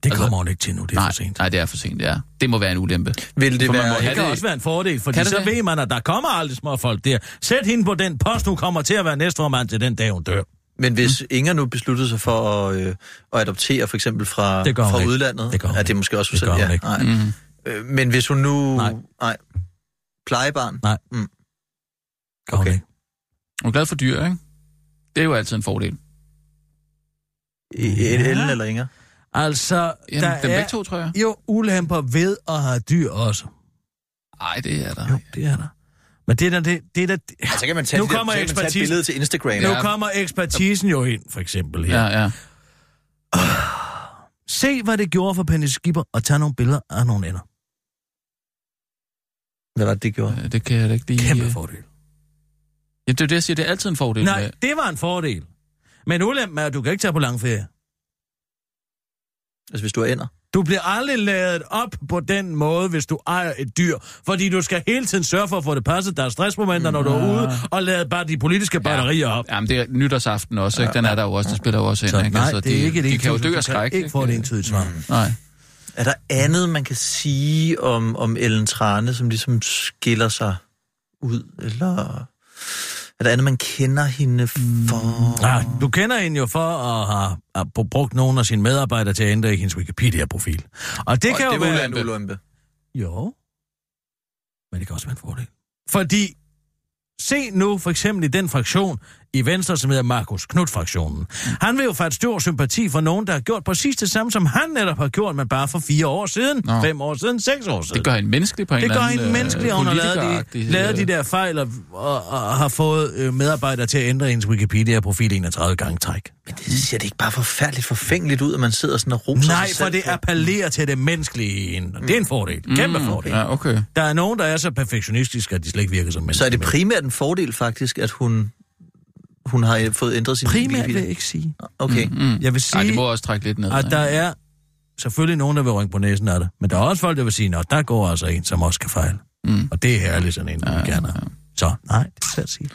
Det kommer hun ikke til nu, det er Altså- nej, for sent. nej, det er for sent, ja. Det må være en ulempe. Vil det For man må være... have Det kan det- også være en fordel, for Kan det så det? ved man, at der kommer aldrig små folk der. Sæt hende på den post, hun kommer til at være næstformand til den dag, hun dør. Men hvis Mm. Inger nu besluttede sig for at, øh, at adoptere for eksempel fra, Det gør hun fra ikke. udlandet, Det gør hun er det ikke. måske også Det gør hun ja, ikke. Nej. Mm. Øh, Men hvis hun nu... Nej. nej. Plejebarn. Nej. Mm. Gør hun Okay. ikke. Hun er glad for dyr, ikke? Det er jo altid en fordel. I- Ja. Ellen eller Inger? Altså, Jamen, der der dem er... er begge to, tror jeg. jo ulemper ved at have dyr også. Nej, det er der. Jo, det er der. Men det er da det, det, er da, Så kan tage man tage, Nu det det der- kommer så kan man tage et et ekspertisen. billede billede til Instagram. nu Ja. kommer ekspertisen jo ind, for eksempel her. Ja, ja. Se, hvad det gjorde for Pernille Skipper at tage nogle billeder af nogle ender. Hvad var det, det gjorde? Øh, Det kan jeg da ikke lige... Kæmpe øh. fordel. Ja, det er jo det, jeg siger. Det er altid en fordel. Nej, med- det var en fordel. Men ulempen er, at du kan ikke tage på langferie. Altså, hvis du er ender. Du bliver aldrig lavet op på den måde, hvis du ejer et dyr. Fordi du skal hele tiden sørge for at få det passet. Der er stressmomenter, når du er ude, og lade bare de politiske batterier op. Jamen, det er nytårsaften også, ikke? Den er der jo også, der spiller jo også ind, Så, ikke? Altså, nej, det er ikke et de, de kan jo entydigt- dø du af skræk, Mm. ikke få et entydigt svar. Nej. Er der andet, man kan sige om, om Ellen Trane, som ligesom skiller sig ud? Eller er der andet, man kender hende for? Ja, Ah, du kender hende jo for at have have brugt nogle af sine medarbejdere til at ændre i hendes Wikipedia-profil. Og det Og kan jo det var være... en ulempe. Jo. Men det kan også være en fordel. Fordi, se nu for eksempel i den fraktion i Venstre, som hedder Markus Knud-fraktionen. Han vil jo faktisk stor sympati for nogen, der har gjort præcis det samme, som han netop har gjort, men bare for fire år siden, Nå. Nå. fem år siden, seks år siden. Det gør en menneskelig på en det eller gør anden... øh, hende menneskelig, og hun har lavet de, lavet de der fejl og, og, og har fået øh, medarbejdere til at ændre hendes Wikipedia-profil 31 gange i træk. Men det ser det ikke bare forfærdeligt forfængeligt ud, at man sidder sådan og roser Nej, sig selv for det på- appellerer til det menneskelige i hende. og Det er en fordel. Kæmpe fordel. Mm. Ja, okay. Der er nogen, der er så perfektionistiske, at de slet ikke virker som mennesker. Så er det primært en fordel faktisk, at hun, hun har øh, fået ændret sin primært vil livsvilkår? jeg ikke sige. Okay. Mm. Jeg vil Ej, det sige, må Ej, også trække lidt ned. at ikke? der er selvfølgelig nogen, der vil rynke på næsen af det. Men der er også folk, der vil sige, at der går altså en, som også kan fejle. Mm. Og det er herligt sådan en, ja, gerne ja. Så nej, det er svært at sige.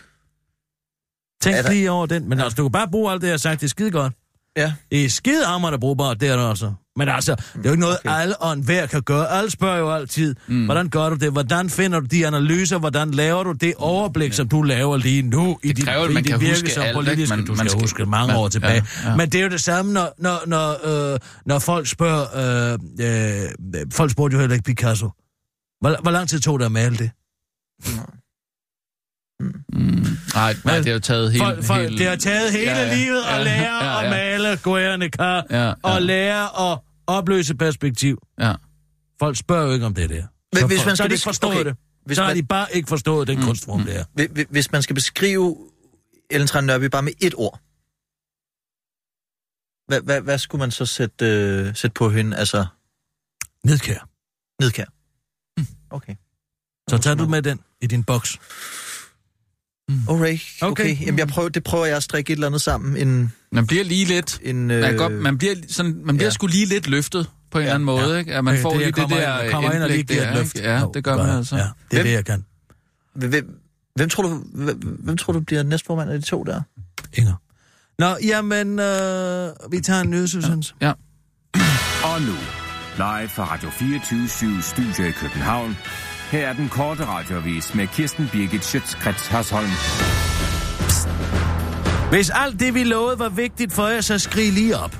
Tænk der... Er der- lige over den. Men altså, du kan bare bruge alt det, jeg har sagt. Det er skide godt. Ja. Det er skide hammerne brugbart, det er det også. Men altså, det er jo ikke noget, okay. okay. alle og enhver kan gøre. Alle spørger jo altid, mm. hvordan gør du det? Hvordan finder du de analyser? Hvordan laver du det overblik, som du laver lige nu? I kræver, at i man dit kan virke huske som alt, ikke? politiker? Man- du man skal, skal- huske mange man- år tilbage. ja, ja. Men det er jo det samme, når, når, når, øh, når folk spørger... Øh, øh, folk spurgte jo heller ikke Picasso. Hvor, hvor lang tid tog det at male det? Mm. Nej, nej, det har jo taget hele... Folk, folk, hele... det har taget hele Ja, ja, livet at ja, lære ja, at ja. male guærende kar, Ja, ja. og lære at opløse perspektiv. Ja. Folk spørger jo ikke om det der. Men så hvis folk- man så har skal de ikke besk- forstået okay. det. Hvis så har man- de bare ikke forstået den kunstform, det er. Hvi- hvi- Hvis man skal beskrive Ellen Trane Nørby bare med et ord, hvad, hvad, hvad skulle man så sætte, øh, sætte på hende? Altså, Nedkær. nedkær? Mm. Okay. Så tager du med den i din boks. Okay. okay. Okay. okay. Jamen, jeg prøver, det prøver jeg at strikke et eller andet sammen. En, Man bliver lige lidt... en, øh, Man, kan godt, man bliver, sådan, man bliver ja. sgu lige lidt løftet på en eller anden måde, ikke? At man får er lige jeg det Øh, kommer der ind, kommer ind og lige indblik giver et der, løft. ikke? Ja, Jo, det gør man jeg. altså. Ja, det er Hvem- det, jeg kan. hvem, hvem, tror du, hvem, hvem tror du bliver næstformand af de to der? Inger. Nå, jamen, øh, vi tager en nyhedsudsendelse. Ja. Og nu, live fra Radio 24 Studio i København. Her er den korte radiovis med Kirsten Birgit Schøtzgrads Hasholm. Hvis alt det, vi lovede, var vigtigt for jer, så skrig lige op.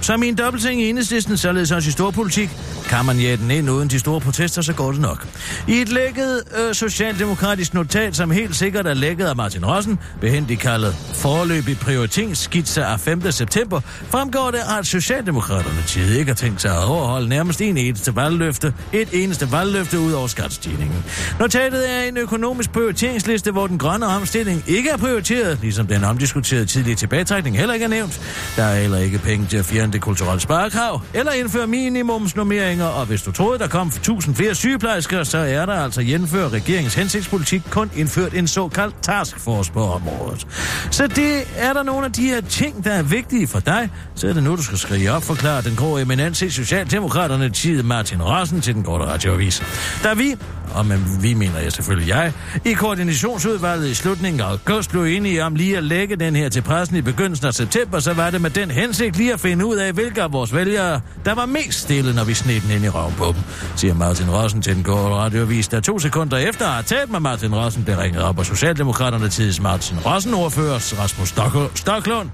Som i en dobbeltseng i enhedslisten, således også i storpolitik, kan man jætte den ind uden de store protester, så går det nok. I et lækket øh, socialdemokratisk notat, som helt sikkert er lækket af Martin Rossen, behendigt kaldet forløbig prioriteringsskitser af 5. september, fremgår det, at Socialdemokraterne tid ikke har tænkt sig at overholde nærmest en eneste valgløfte, et eneste valgløfte ud over skattestigningen. Notatet er en økonomisk prioriteringsliste, hvor den grønne omstilling ikke er prioriteret, ligesom den omdiskuterede tidlige tilbagetrækning heller ikke er nævnt. Der er heller ikke penge til at fjerne det det kulturelle sparekrav, eller indføre minimumsnormeringer, og hvis du troede, der kom 1000 flere sygeplejersker, så er der altså jævnfør regeringens hensigtspolitik kun indført en såkaldt taskforce på området. Så det er der nogle af de her ting, der er vigtige for dig, så er det nu, du skal skrive op, forklarer den grå eminens i Socialdemokraterne tid Martin Rossen til den korte radioavis. Da vi, og med vi mener jeg selvfølgelig jeg, i koordinationsudvalget i slutningen af august blev enige om lige at lægge den her til pressen i begyndelsen af september, så var det med den hensigt lige at finde ud af, hvilke af vores vælgere, der var mest stille, når vi sned den ind i røven på dem, siger Martin Rossen til den korte radioavis, der to sekunder efter har talt med Martin Rossen, blev ringet op af Socialdemokraterne tids Martin Rossen-ordfører Rasmus Stok- Stoklund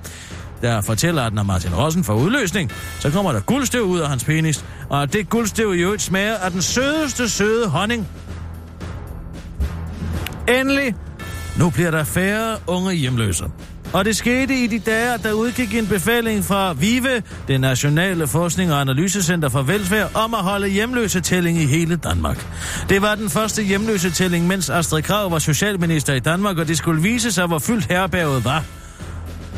der fortæller, at når Martin Rossen får udløsning, så kommer der guldstøv ud af hans penis, og at det guldstøv i øvrigt smager af den sødeste søde honning. Endelig, nu bliver der færre unge hjemløse. Og det skete i de dage, at der udgik en befaling fra VIVE, det Nationale Forskning og Analysecenter for Velfærd, om at holde hjemløsetælling i hele Danmark. Det var den første hjemløsetælling, mens Astrid Krav var socialminister i Danmark, og det skulle vise sig, hvor fyldt herberget var.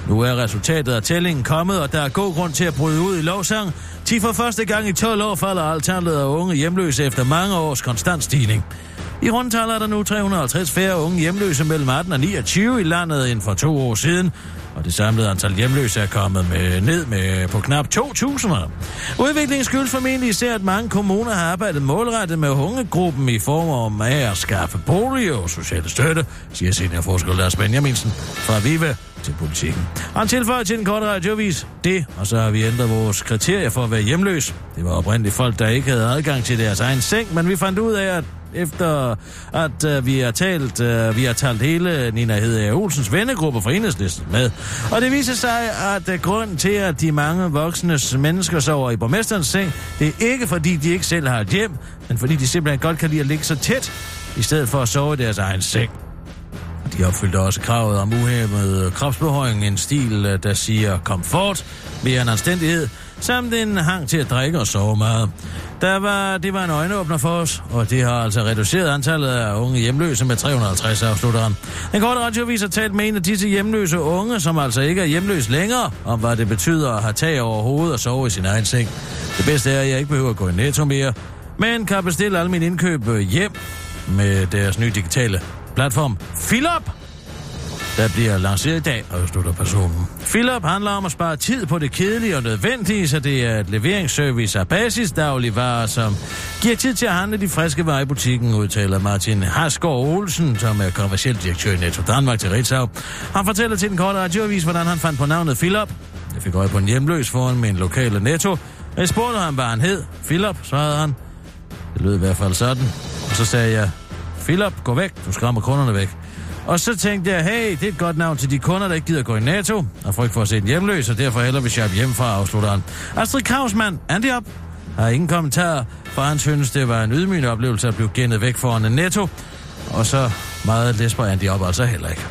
Nu er resultatet af tællingen kommet, og der er god grund til at bryde ud i lovsang. Ti for første gang i 12 år falder antallet af unge hjemløse efter mange års konstant stigning. I rundtal er der nu 350 færre unge hjemløse mellem 18 og 29 i landet end for to år siden, og det samlede antal hjemløse er kommet med, ned med på knap 2.000. Udviklingen skyldes formentlig især, at mange kommuner har arbejdet målrettet med ungegruppen i form af at skaffe bolig og social støtte, siger seniorforsker Lars Benjaminsen fra Vive til politikken. Han tilføjer til en kort radiovis. Det, og så har vi ændret vores kriterier for at være hjemløs. Det var oprindeligt folk, der ikke havde adgang til deres egen seng, men vi fandt ud af, at efter at øh, vi har talt øh, vi har talt hele Nina Hedder Olsens vennegruppe fra Enhedslisten med. Og det viser sig, at øh, grunden til, at de mange voksne mennesker sover i borgmesterens seng, det er ikke fordi, de ikke selv har et hjem, men fordi de simpelthen godt kan lide at ligge så tæt, i stedet for at sove i deres egen seng. De opfyldte også kravet om uhæmmet kropsbehøjning, en stil, øh, der siger komfort mere end anstændighed, samt en hang til at drikke og sove meget. Der var, det var en øjenåbner for os, og det har altså reduceret antallet af unge hjemløse med 350, afslutter han. Den korte radiovis har talt med en af disse hjemløse unge, som altså ikke er hjemløs længere, om hvad det betyder at have tag over hovedet og sove i sin egen seng. Det bedste er, at jeg ikke behøver at gå i netto mere, men kan bestille alle mine indkøb øh, hjem med deres nye digitale platform Philip der bliver lanceret i dag, afslutter personen. Philip handler om at spare tid på det kedelige og nødvendige, så det er et leveringsservice af basisdagligvarer, som giver tid til at handle de friske varer i butikken, udtaler Martin Hasgaard Olsen, som er kommerciel direktør i Netto Danmark til Ritzau. Han fortæller til den korte radioavis, hvordan han fandt på navnet Philip. Jeg fik øje på en hjemløs foran min lokale Netto. Jeg spurgte ham, hvad han hed. Philip, svarede han. Det lød i hvert fald sådan. Og så sagde jeg, Philip, gå væk, du skræmmer kunderne væk. Og så tænkte jeg, hey, det er et godt navn til de kunder, der ikke gider gå i NATO, og frygt for at se en hjemløs, og derfor heller vil shoppe hjemmefra, afslutter han. Astrid Krausmann, er det op? Har ingen kommentarer, for han synes, det var en ydmygende oplevelse at blive gennet væk foran en netto. Og så meget lesber Andy op altså heller ikke.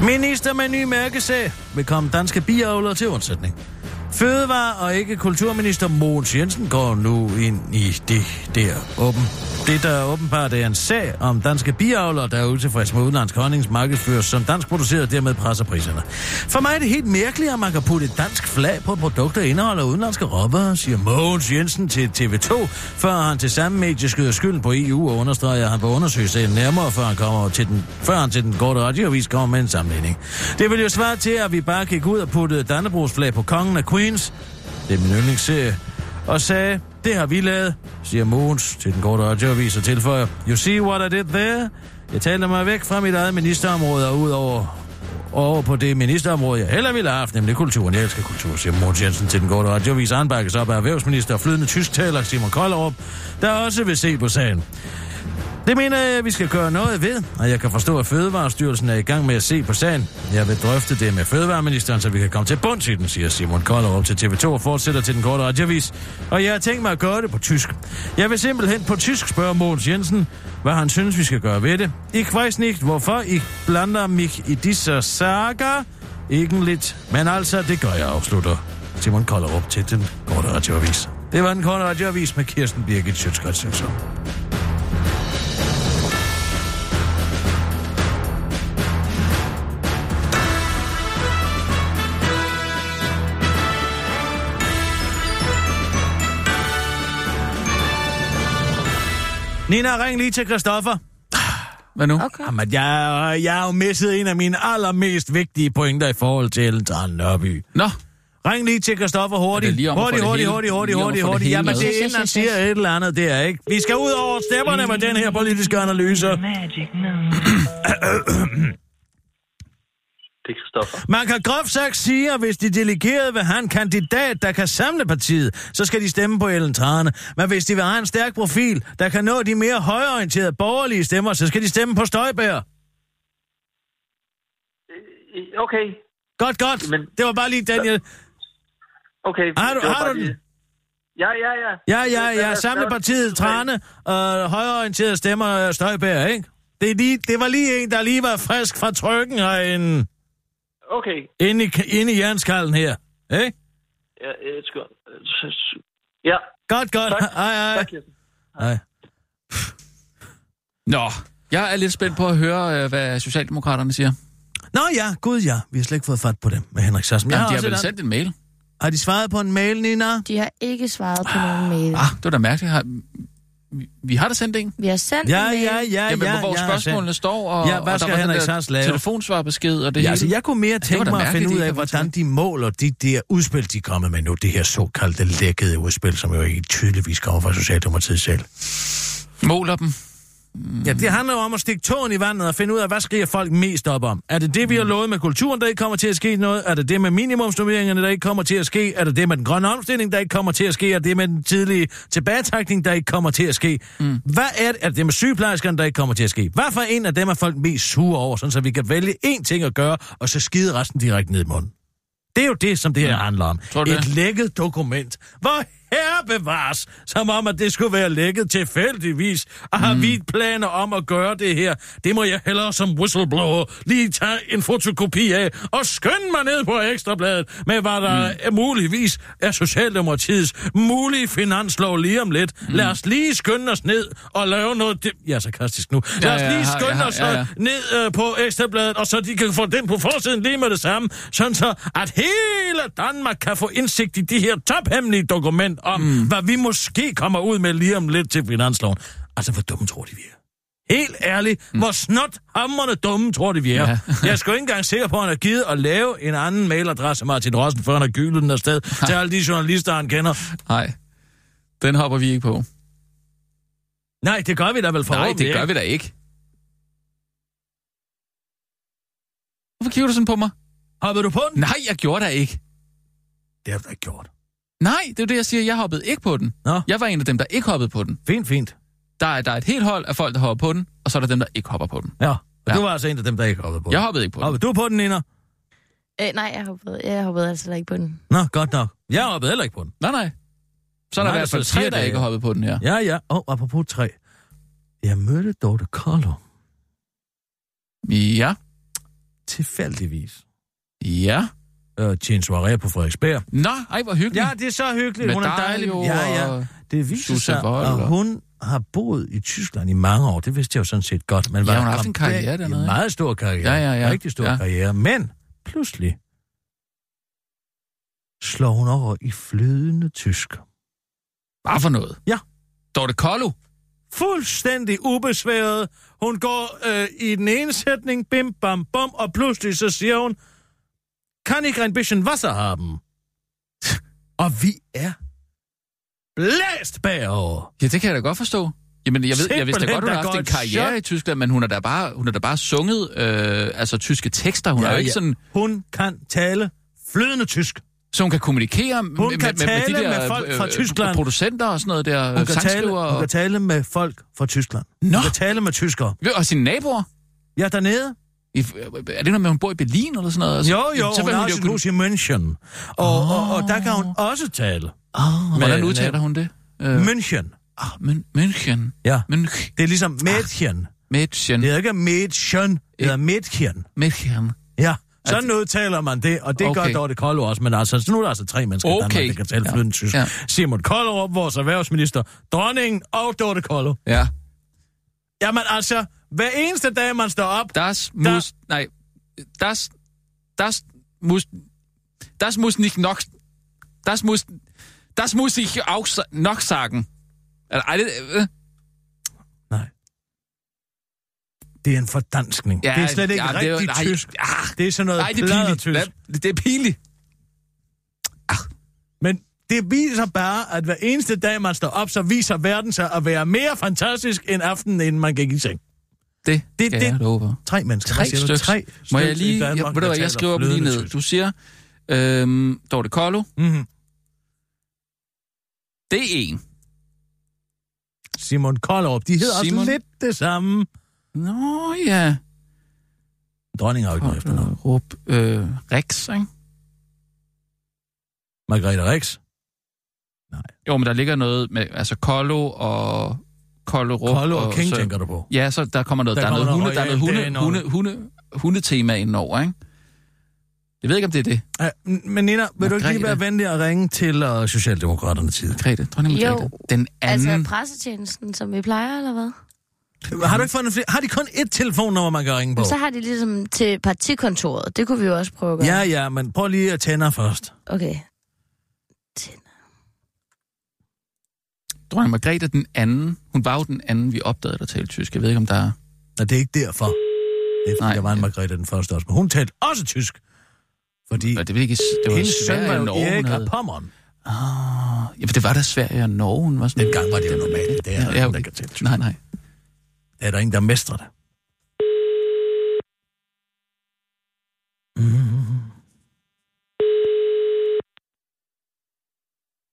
Minister med ny mærkesag vil komme danske biavlere til undsætning. Fødevare- og ikke kulturminister Mogens Jensen går nu ind i det der åben. Det der åbenbart er en sag om danske biavlere, der er utilfredse med udenlandsk honning markedsføres som dansk produceret og dermed presser priserne. For mig er det helt mærkeligt, at man kan putte et dansk flag på et produkt, der indeholder udenlandske råvarer, siger Mogens Jensen til TV2, før han til samme medie skyder skylden på EU og understreger, at han vil undersøge sagen nærmere, før han, kommer til den, før han til den korte radioavis kommer med en sammenligning. Det vil jo svare til, at vi bare gik ud og puttede Dannebrogs flag på kongen af Queens, det er min yndlingsserie, og sagde, det har vi lavet, siger Mogens til den korte radioavis og tilføjer, you see what I did there? Jeg talte mig væk fra mit eget ministerområde og ud over over på det ministerområde, jeg heller ville have haft, nemlig kulturen. Jeg elsker kultur, siger Mogens Jensen til den korte radioavis. Han bakkes op af erhvervsminister og flydende tysktaler Simon Kollerup, der også vil se på sagen. Det mener jeg, at vi skal gøre noget ved, og jeg kan forstå, at Fødevarestyrelsen er i gang med at se på sagen. Jeg vil drøfte det med Fødevareministeren, så vi kan komme til bunds i den, siger Simon Kollerup til TV2 og fortsætter til den korte radiovis. Og jeg har tænkt mig at gøre det på tysk. Jeg vil simpelthen på tysk spørge Mogens Jensen, hvad han synes, vi skal gøre ved det. Ich weiß nicht, hvorfor I blander mich i disse sager. Ikke lidt, men altså, det gør jeg, afslutter Simon Kollerup til den korte radioavis. Det var den korte radioavis med Kirsten Birgit Sjøtskrets Sørensen. Nina, ring lige til Christoffer. Hvad nu? Okay. Jamen, jeg, jeg har jo misset en af mine allermest vigtige pointer i forhold til Ellen Trane Nørby. Nå, Ring lige til Kristoffer Er hurtigt. det lige om at få hurtigt, det hurtigt, hele- hurtigt, lige hurtigt, om at hurtigt, få det hurtigt. hele Jamen, med? det er Yes, inden, yes, han yes, siger yes. et eller andet der, ikke? Vi skal ud over stepperne med den her politiske analyse. Det er Christoffer. Man kan groft sagt sige, at hvis de delegerede vil have en kandidat, der kan samle partiet, så skal de stemme på Ellen Trane. Men hvis de vil have en stærk profil, der kan nå de mere højorienterede borgerlige stemmer, så skal de stemme på Støjbær. I- Okay, Godt, godt. Men- Det var bare lige den, jeg... okay. Har du- det var har bare du lige- den? Ja, ja, ja. Ja, ja, Hvad- ja. hvad- Samle hvad- partiet hvad- Trane, øh, højorienterede stemmer øh, Støjbær, ikke? Det, er lige, det var lige en, der lige var frisk fra trykken herinde. Okay. Inde i, inde i jernskallen her. Ikke? Ja, jeg skal... Øh, Ja, Godt, godt. tak. Ej, ej, Tak, Kirsten. ej. nå. Jeg er lidt spændt på at høre, øh, hvad Socialdemokraterne siger. Nå ja, gud ja. Vi har slet ikke fået fat på dem med Henrik Sassen. Jeg Jamen, har, de har også vel et sendt en mail. an- har de svaret på en mail, Nina? De har ikke svaret på nogen mail. Ah, det var da mærkeligt. Har... vi- Vi har da sendt en. Vi har sendt Ja, en mail. ja, ja, Jamen, ja. hvor ja, spørgsmålene ja. står, og, Ja, hvad og skal der var Henrik den Sass lave? telefonsvarbesked og det Ja, hele. altså, jeg kunne mere det var tænke da mig at mærkeligt, finde ud de af, ikke har fået hvordan de måler de der udspil, de kommer med nu. Det her såkaldte lækkede udspil, som jo ikke tydeligvis kommer fra Socialdemokratiet selv. Måler dem. Ja, det handler jo om at stikke tåen i vandet og finde ud af, hvad skriger folk mest op om. Er det det, vi har lovet med kulturen, der ikke kommer til at ske noget? Er det det med minimumsnormeringerne, der ikke kommer til at ske? Er det det med den grønne omstilling, der ikke kommer til at ske? Er det det med den tidlige tilbagetrækning, der ikke kommer til at ske? Mm. Hvad er det, er det det med sygeplejerskerne, der ikke kommer til at ske? Hvad for en af dem er folk mest sure over, sådan så vi kan vælge én ting at gøre, og så skide resten direkte ned i munden? Det er jo det, som det her handler om. Mm. Tror du Et det? lækket dokument. Hvor herre bevares, som om, at det skulle være lækket tilfældigvis. Og Mm. har vi planer om at gøre det her? Det må jeg hellere som whistleblower lige tage en fotokopi af og skynde mig ned på Ekstrabladet med, hvad der mm. muligvis er Socialdemokratiets mulige finanslov lige om lidt. Mm. Lad os lige skynde os ned og lave noget... di- Jeg er sarkastisk nu. Lad Ja, os ja, lige jeg har- jeg skynde har- os ja, ja. øh, ned øh, på Ekstrabladet, og så de kan få den på forsiden lige med det samme, sådan så at hele Danmark kan få indsigt i det her tophemmelige dokument om, mm. hvad vi måske kommer ud med lige om lidt til finansloven. Altså, hvor dumme tror de, vi er? Helt ærligt, mm. hvor snot hammerne dumme tror de, vi er. Ja. Ja. Jeg er sgu ikke engang sikker på, at han har givet at lave en anden mailadresse, Martin Rossen, før han har gylet den afsted til alle de journalister, han kender. Nej, den hopper vi ikke på. Nej, det gør vi da vel Nej, forhåbentlig det gør vi da ikke. Hvorfor kigger du sådan på mig? Hoppede du på den? Nej, jeg gjorde da ikke. Det har du da ikke gjort. Nej, det er jo det, jeg siger. Jeg hoppede ikke på den. Nå. Jeg var en af dem, der ikke hoppede på den. Fint, fint. Der er, der er et helt hold af folk, der hopper på den, og så er der dem, der ikke hopper på den. Ja. Og Ja. Du var altså en af dem, der ikke hoppede på den. Jeg hoppede ikke på den. Hoppede du på den, Nina? Øh, nej, jeg hoppede, jeg hoppede altså heller ikke på den. Nå, godt nok. Jeg hoppede heller ikke på den. Nej, nej. Så er der Nej, i hvert fald så siger tre, der det, ikke ja. har hoppet på den her. Ja, ja. Og oh, apropos træ. Jeg mødte Dorte Carlo Ja, tilfældigvis ja. øh, til en soirée på Frederiksberg. Nå, ej, hvor hyggeligt. Ja, det er så hyggeligt. Med hun er dig dejlig. jo, ja, ja. og Det viser Susse sig, Wold, at og- hun har boet i Tyskland i mange år. Det vidste jeg jo sådan set godt. Men Ja, var hun har haft kom en karriere der- dernede, En ikke? meget stor karriere. Ja, ja, ja. Rigtig stor Ja. karriere. Men pludselig slår hun over i flydende tysk. Bare for noget. Ja. Dorte Kollo. fuldstændig ubesværet. Hun går øh, i den ene sætning, bim, bam, bom, og pludselig så siger hun, kan ikke en bisschen Wasser haben? og vi er blæst bagover. Ja, det kan jeg da godt forstå. Jamen, jeg, ved, jeg vidste da Simpelthen, godt, hun har der haft går en et karriere chok. i Tyskland, men hun har da bare, hun har da bare sunget øh, altså, tyske tekster. Hun ja, er jo ikke ja. sådan, Hun kan tale flydende tysk. så hun kan kommunikere hun med, kan med, med, tale de der øh, med folk fra Tyskland. producenter og sådan noget der, Hun hun kan, tale, Øh, sangskriver hun kan tale med folk fra Tyskland. Nå. Hun kan tale med tyskere. og, og sine naboer. Ja, dernede. I, er det noget med, at hun bor i Berlin eller sådan noget? Altså, Jo, jo, jamen, hun vil har jo sit kunne- Ah. hus i München. Og, og, og der kan hun også tale. Åh, Hvordan Men, udtaler hun det? Øh, München. ah, Mün- München. Ja. Münch. Det er ligesom Mädchen. München. Det hedder ikke Mädchen, det hedder Mädchen. München. Ja, sådan udtaler man det, og det okay. gør Altså- Okay. Dorte Kolderup også, men altså, så nu er der altså tre mennesker i Okay. Danmark, der kan tale Ja. flydende tysk. Ja. Ja. Simon Kolderup, vores erhvervsminister, dronningen og Dorte Kolderup. Ja. Jamen altså, hver eneste dag, man står op, Das muss... Nej. Das... Das muss... Das muss nicht noch... Das muss... Das muss ich auch sa- noch sagen. Er- Ej, det, øh, Det er en fordanskning. Ja, det er slet ikke ja, det er jo- rigtig det nej, tysk. ah, det er sådan noget Nej, det er pinligt. pladdertysk. Hvad? Det er pinligt. Men det viser bare, at hver eneste dag, man står op, så viser verden sig at være mere fantastisk end aftenen, inden man gik i seng. Det, Det- det, skal det- det, jeg love for. Tre mennesker. Tre Hvad siger du? stykker. Tre Må jeg styks i lige... Danmark, Jeg, ved du der hvad, taler jeg skriver dem lige flydende ned. tysk. Du siger... Øhm, Dorte Kollo, E. Mhm. det er en. Simon Koldrup. De hedder Simon... Simon- også lidt det samme. Nå ja. Dronningen har jo ikke noget efternavn. Rup, øh, Rex, ikke? Margrethe Rix. Jo, men der ligger noget med... Altså Kollo og... Kollo, Rup, Kolde og King, så- tænker du på. Ja, så der kommer noget, Der der, kommer er noget hunde, noget der er noget hunde, royal hunde, hunde, hunde, hundetema indenover, ikke? Jeg ved ikke, om det er det. Ja, men Nina, vil du ikke lige være Margrethe. venlig at ringe til uh, Socialdemokraterne tid? Grete, dronning Jo. Margrethe. Den anden... Altså pressetjenesten, som vi plejer, eller hvad? Har, du ikke fundet flere? har de kun ét telefonnummer, man kan ringe på? Men så har de ligesom til partikontoret. Det kunne vi jo også prøve at gøre. Ja, ja, men prøv lige at tænde først. Okay. Tænder. Dronning Margrethe den anden. Hun var jo den anden, vi opdagede, der talte tysk. Jeg ved ikke, om der er... Og det er ikke derfor. Det er fordi, Nej. der var en Margrethe den første også. Men hun talte også tysk. Fordi Nå, Det, var ikke, det var hendes søn var Sverige og jo Norge, hun Erik af havde. Ah, Pommern. Ja, for det var da Sverige og Norge, hun var sådan... Dengang var det jo normalt. Det er der ja, ingen, der okay. kan tale tysk. Nej, nej. Er der ingen, der mestrer det?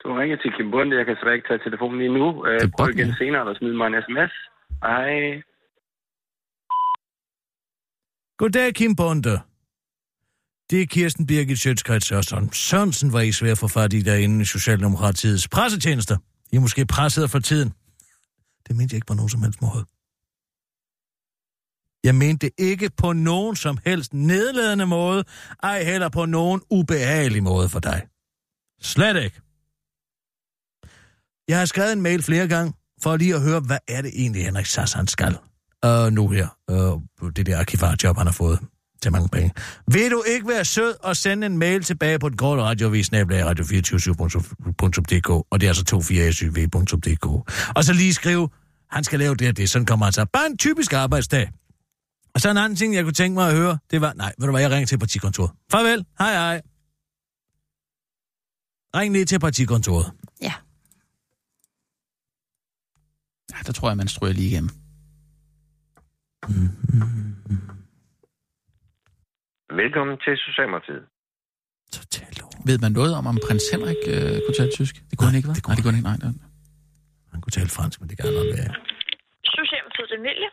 Du ringer til Kim Bunde. Jeg kan slet ikke tage telefonen lige nu. Øh, Det er Prøv Bunde. igen senere, eller smid mig en sms. Hej. Goddag, Kim Bonde. Det er Kirsten Birgit Sjøtskrets Sørensen. Sørensen var I svær for fat i derinde i Socialdemokratiets pressetjenester. I er måske presset for tiden. Det mente jeg ikke på nogen som helst måde. Jeg mente det ikke på nogen som helst nedladende måde, ej heller på nogen ubehagelig måde for dig. Slet ikke. Jeg har skrevet en mail flere gange, for lige at høre, hvad er det egentlig, Henrik Sass, han skal? Øh, nu her. Øh, det der arkivarjob, han har fået til mange penge. Vil du ikke være sød og sende en mail tilbage på den korte radioavis, snabel-a radio247.dk, og det er altså 24syv.dk. Og så lige skrive, han skal lave det og det, sådan kommer han så. Bare en typisk arbejdsdag. Og så en anden ting, jeg kunne tænke mig at høre, det var, nej, ved du hvad, jeg ringer til partikontoret. Farvel, hej hej. Ring lige til partikontoret. Ja. Ja, der tror jeg, man stryger lige igennem. Velkommen til Socialdemokratiet. Totalt lort. Ved man noget om, om prins Henrik øh, kunne tale tysk? Det kunne han ikke, hva'? Nej, det kunne han ikke. Nej, det... Han kunne tale fransk, men det kan han nok være. Socialdemokratiet, det er Nelly.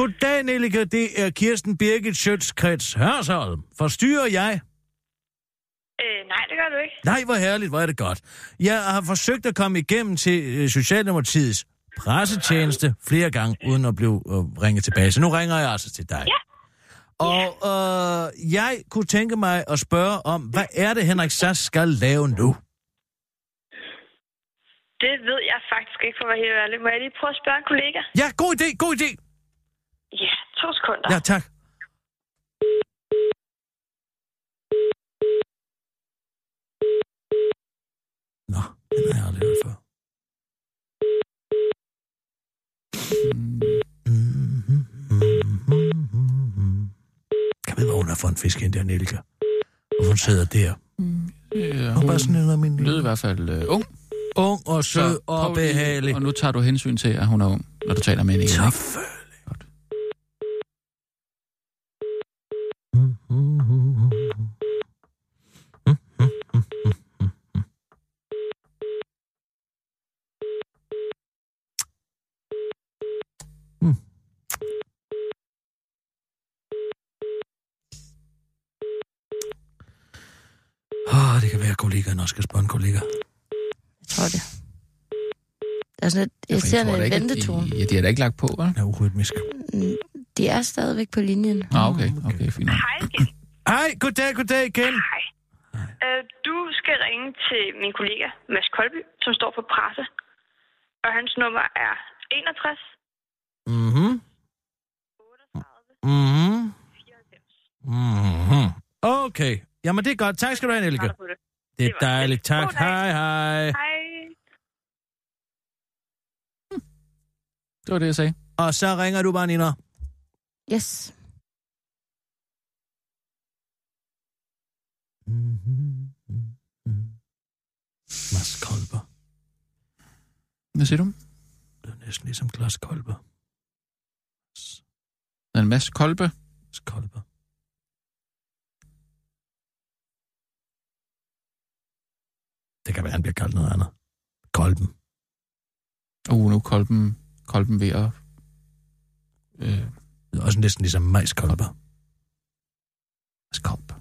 Goddag, Nelliker. Det er Kirsten Birgit Sjøtskrets Hørsholm. Forstyrrer jeg? Øh, nej, det gør du ikke. Nej, hvor herligt, hvor er det godt. Jeg har forsøgt at komme igennem til øh, Socialdemokratiets pressetjeneste flere gange, uden at blive øh, ringet tilbage. Så nu ringer jeg altså til dig. Ja. Og øh, jeg kunne tænke mig at spørge om, hvad er det, Henrik Sass skal lave nu? Det ved jeg faktisk ikke, for at være helt ærlig. Må jeg lige prøve at spørge en kollega? Ja, god idé, god idé. Ja, to sekunder. Ja, tak. Nå, den har jeg aldrig hørt før. Kan vide, hvor hun har fået en fisk ind der, Nelke? Og hun sidder der. Ja, Hun bare Øh, hun sådan noget min lød i lille. hvert fald øh, ung. Ung og Så sød og prøv lige- behagelig. Og nu tager du hensyn til, at hun er ung, når du taler med hende. igen, ikke? Godt. Åh, Ah, det kan være, at kollegaen også skal spørge en kollega. Jeg tror det. Der er sådan et Ja, for jeg tror irriterende da ikke, at ventetone. de- Ja, de er da ikke lagt på, hva'? Den er urytmisk. Mm, De er stadigvæk på linjen. Nå, okay. Okay, fint. nok. Hej, Kim. Hej, goddag, goddag igen. øh, du skal ringe til min kollega, Mads Kolby, som står på presse. Og hans nummer er 61. Mhm. Mhm. Mhm. Okay. Jamen, det er godt. Tak skal du have, Nelke. Svarer på det. Det er Det var dejligt. det. Tak. God dag. Hej, hej. Hej. Det var det, jeg sagde. Og så ringer du bare, Nina. Yes. Mm-hmm. Mads Kolber. Hvad siger du? Det er næsten ligesom Glas Kolber. Der er en masse kolbe. Mads Kolber. Det kan være, han bliver kaldt noget andet. Kolben. Uh, nu er kolben, kolben ved at... Øh, Det er også næsten ligesom Majs Kolber. Mads Kolbe.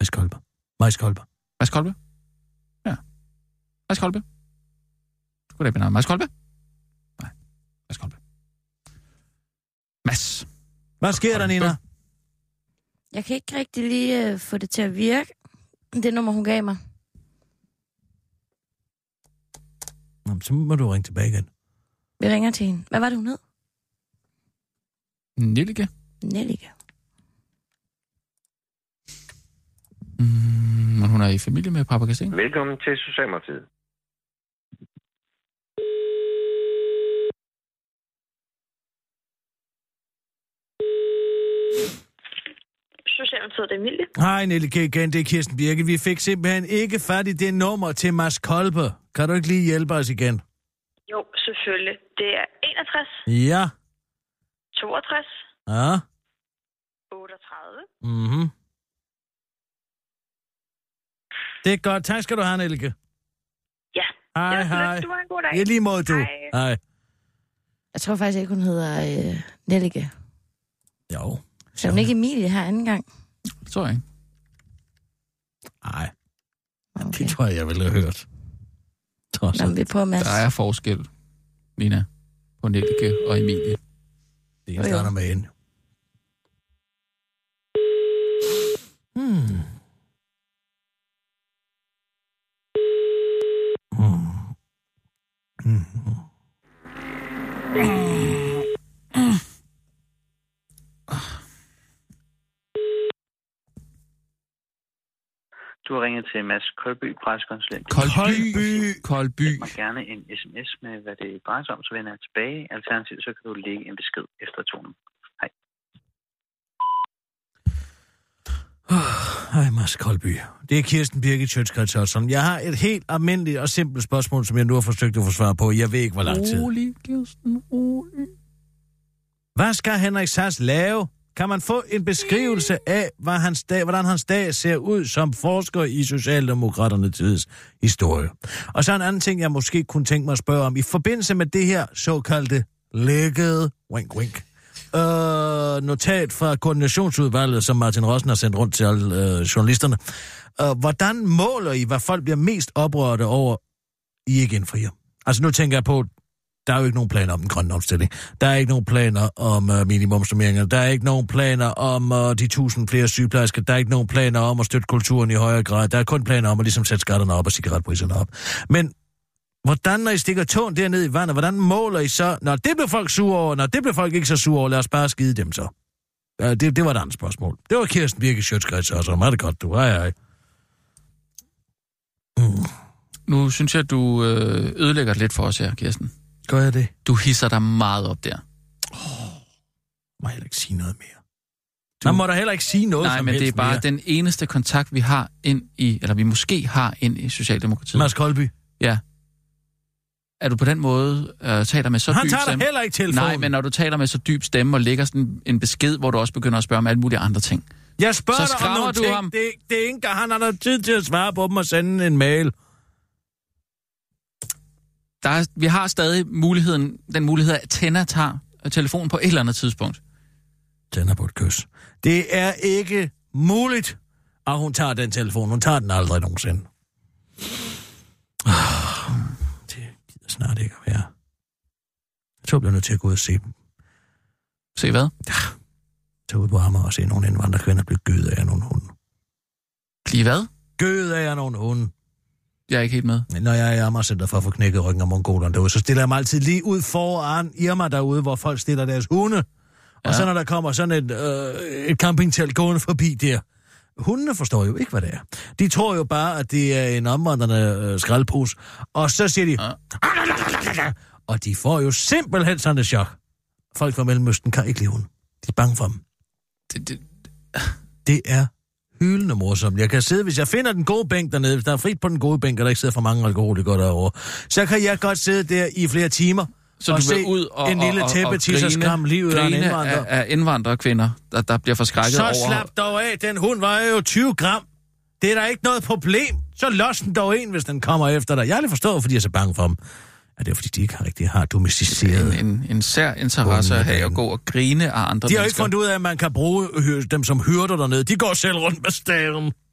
Majs Kolber. Majs Kolber. Mads Kolbe? Ja. Mads Kolbe? Goddag, mit navn. er Mads Kolbe? Nej. Mads Kolbe. Mads. Hvad sker der, Nina? Jeg kan ikke rigtig lige øh, få det til at virke. Det nummer, hun gav mig. Nå, men så må du ringe tilbage igen. Vi ringer til hende. Hvad var det, hun hed? Nillike. Nellike. Mm, men hun er i familie med Papa Kasten. Velkommen til Socialdemokratiet. Socialdemokratiet, det er Emilie. Hej, Nelly K. igen, det er Kirsten Birke. Vi fik simpelthen ikke fat i det nummer til Mads Kolbe. Kan du ikke lige hjælpe os igen? Jo, selvfølgelig. Det er 61, Ja. 62, Ja. 38. Mhm. Det er godt. Tak skal du have, Nelke. Ja. Hej, Det var så lidt. hej. Du har en god dag. I lige måde, du. Hej. Hej. Jeg tror faktisk ikke, hun hedder øh, Nellike. Jo. Så hun ikke Emilie her anden gang. Det tror jeg ikke. Nej, Okay. det tror jeg, jeg ville have hørt. Trods Nå, alt. men vi er på, Mads. Der er forskel, Nina, på Nellike og Emilie. Det ene starter med en. Hmm. Hmm. Hmm. Du har ringet til Mads Kølby, preskonsulent. Koldby. Koldby. Mig gerne en sms med, hvad det drejer sig om, så vender jeg tilbage. Alternativt så kan du lægge en besked efter tonen. Hej, Mads Koldby. Det er Kirsten Birgit Sjøtskrets Jeg har et helt almindeligt og simpelt spørgsmål, som jeg nu har forsøgt at få svar på. Jeg ved ikke, hvor lang tid. Rolig, Kirsten, rolig. Hvad skal Henrik Sass lave? Kan man få en beskrivelse af, hvad hans dag, hvordan hans dag ser ud som forsker i Socialdemokraterne tids historie? Og så en anden ting, jeg måske kunne tænke mig at spørge om. I forbindelse med det her såkaldte lækkede wink, wink, øh, notat fra koordinationsudvalget, som Martin Rossen har sendt rundt til alle øh, journalisterne. Øh, hvordan måler I, hvad folk bliver mest oprørte over, I ikke indfrier? Altså nu tænker jeg på, der er jo ikke nogen planer om den grønne omstilling. Der er ikke nogen planer om øh, minimumsummeringer. Der er ikke nogen planer om øh, de tusind flere sygeplejersker. Der er ikke nogen planer om at støtte kulturen i højere grad. Der er kun planer om at ligesom sætte skatterne op og cigaretpriserne op. Men hvordan, når I stikker tåen derned i vandet, hvordan måler I så, når det blev folk sure over, når det blev folk ikke så sure over, lad os bare skide dem så. Øh, det, det var et andet spørgsmål. Det var Kirsten Birke Sjøtskrets også. Meget godt, du. Hej, hej. Nu synes jeg, du øh, ødelægger det lidt for os her, Kirsten. Gør jeg det? Du hisser dig meget op der. Må jeg heller ikke sige noget mere. Du... Man må da heller ikke sige noget Nej, som men det er helst bare mere. den eneste kontakt, vi har ind i, eller vi måske har ind i Socialdemokratiet. Mads Koldby. Ja. Er du på den måde, øh, taler med så Han dyb tager da stemme? heller ikke telefonen. Nej, men når du taler med så dyb stemme og lægger sådan en besked, hvor du også begynder at spørge om alle mulige andre ting. Jeg Så spørger dig om skraver nogle du ting. ham. Det, det er ikke engang, han har da tid til at svare på dem og sende en mail. Der er, vi har stadig muligheden, den mulighed, at Tænder tager øh, telefonen på et eller andet tidspunkt. Tænder på et kys. Det er ikke muligt, at hun tager den telefon. Hun tager den aldrig nogensinde. Ah, Det gider snart ikke at være. Jeg tror, jeg bliver nødt til at gå ud og se dem. Se hvad? Tage ud på Amager og se nogle indvandrerkvinder blive gødet af nogle hunde. Lige hvad? Gødet af nogle hunde. Jeg er ikke helt med. Men Når jeg er i Amagercenter for at få knækket ryggen af mongolerne derude, så stiller jeg mig altid lige ud foran Irma derude, hvor folk stiller deres hunde. Og Ja. så når der kommer sådan et, øh, et campingtelt gående forbi der, hundene forstår jo ikke, hvad det er. De tror jo bare, at det er en omvandrende øh, skraldpose. Og så siger de... Ja. Og de får jo simpelthen sådan et chok. Folk fra Mellemøsten kan ikke lide hunde. De er bange for dem. Det, det, Det er hyldende morsomt. Jeg kan sidde, hvis jeg finder den gode bænk dernede, hvis der er frit på den gode bænk, og der ikke sidder for mange alkoholikere derovre, så kan jeg godt sidde der i flere timer Så og du se vil ud og, en lille og, og, og tæppetisser skræmme livet af en grine indvandrer. af, af indvandrerkvinder, der, der bliver forskrækket Så over... slap dog af, den hund vejer jo 20 gram. Det er da ikke noget problem. Så los den dog en, hvis den kommer efter dig. Jeg har aldrig forstået, fordi jeg er så bange for dem. Ja, det er jo, fordi, de ikke har rigtig har domesticeret. en, en, en sær interesse at have at gå og grine af andre De har jo ikke mennesker. fundet ud af, at man kan bruge øh, dem som hyrder dernede. De går selv rundt med staven.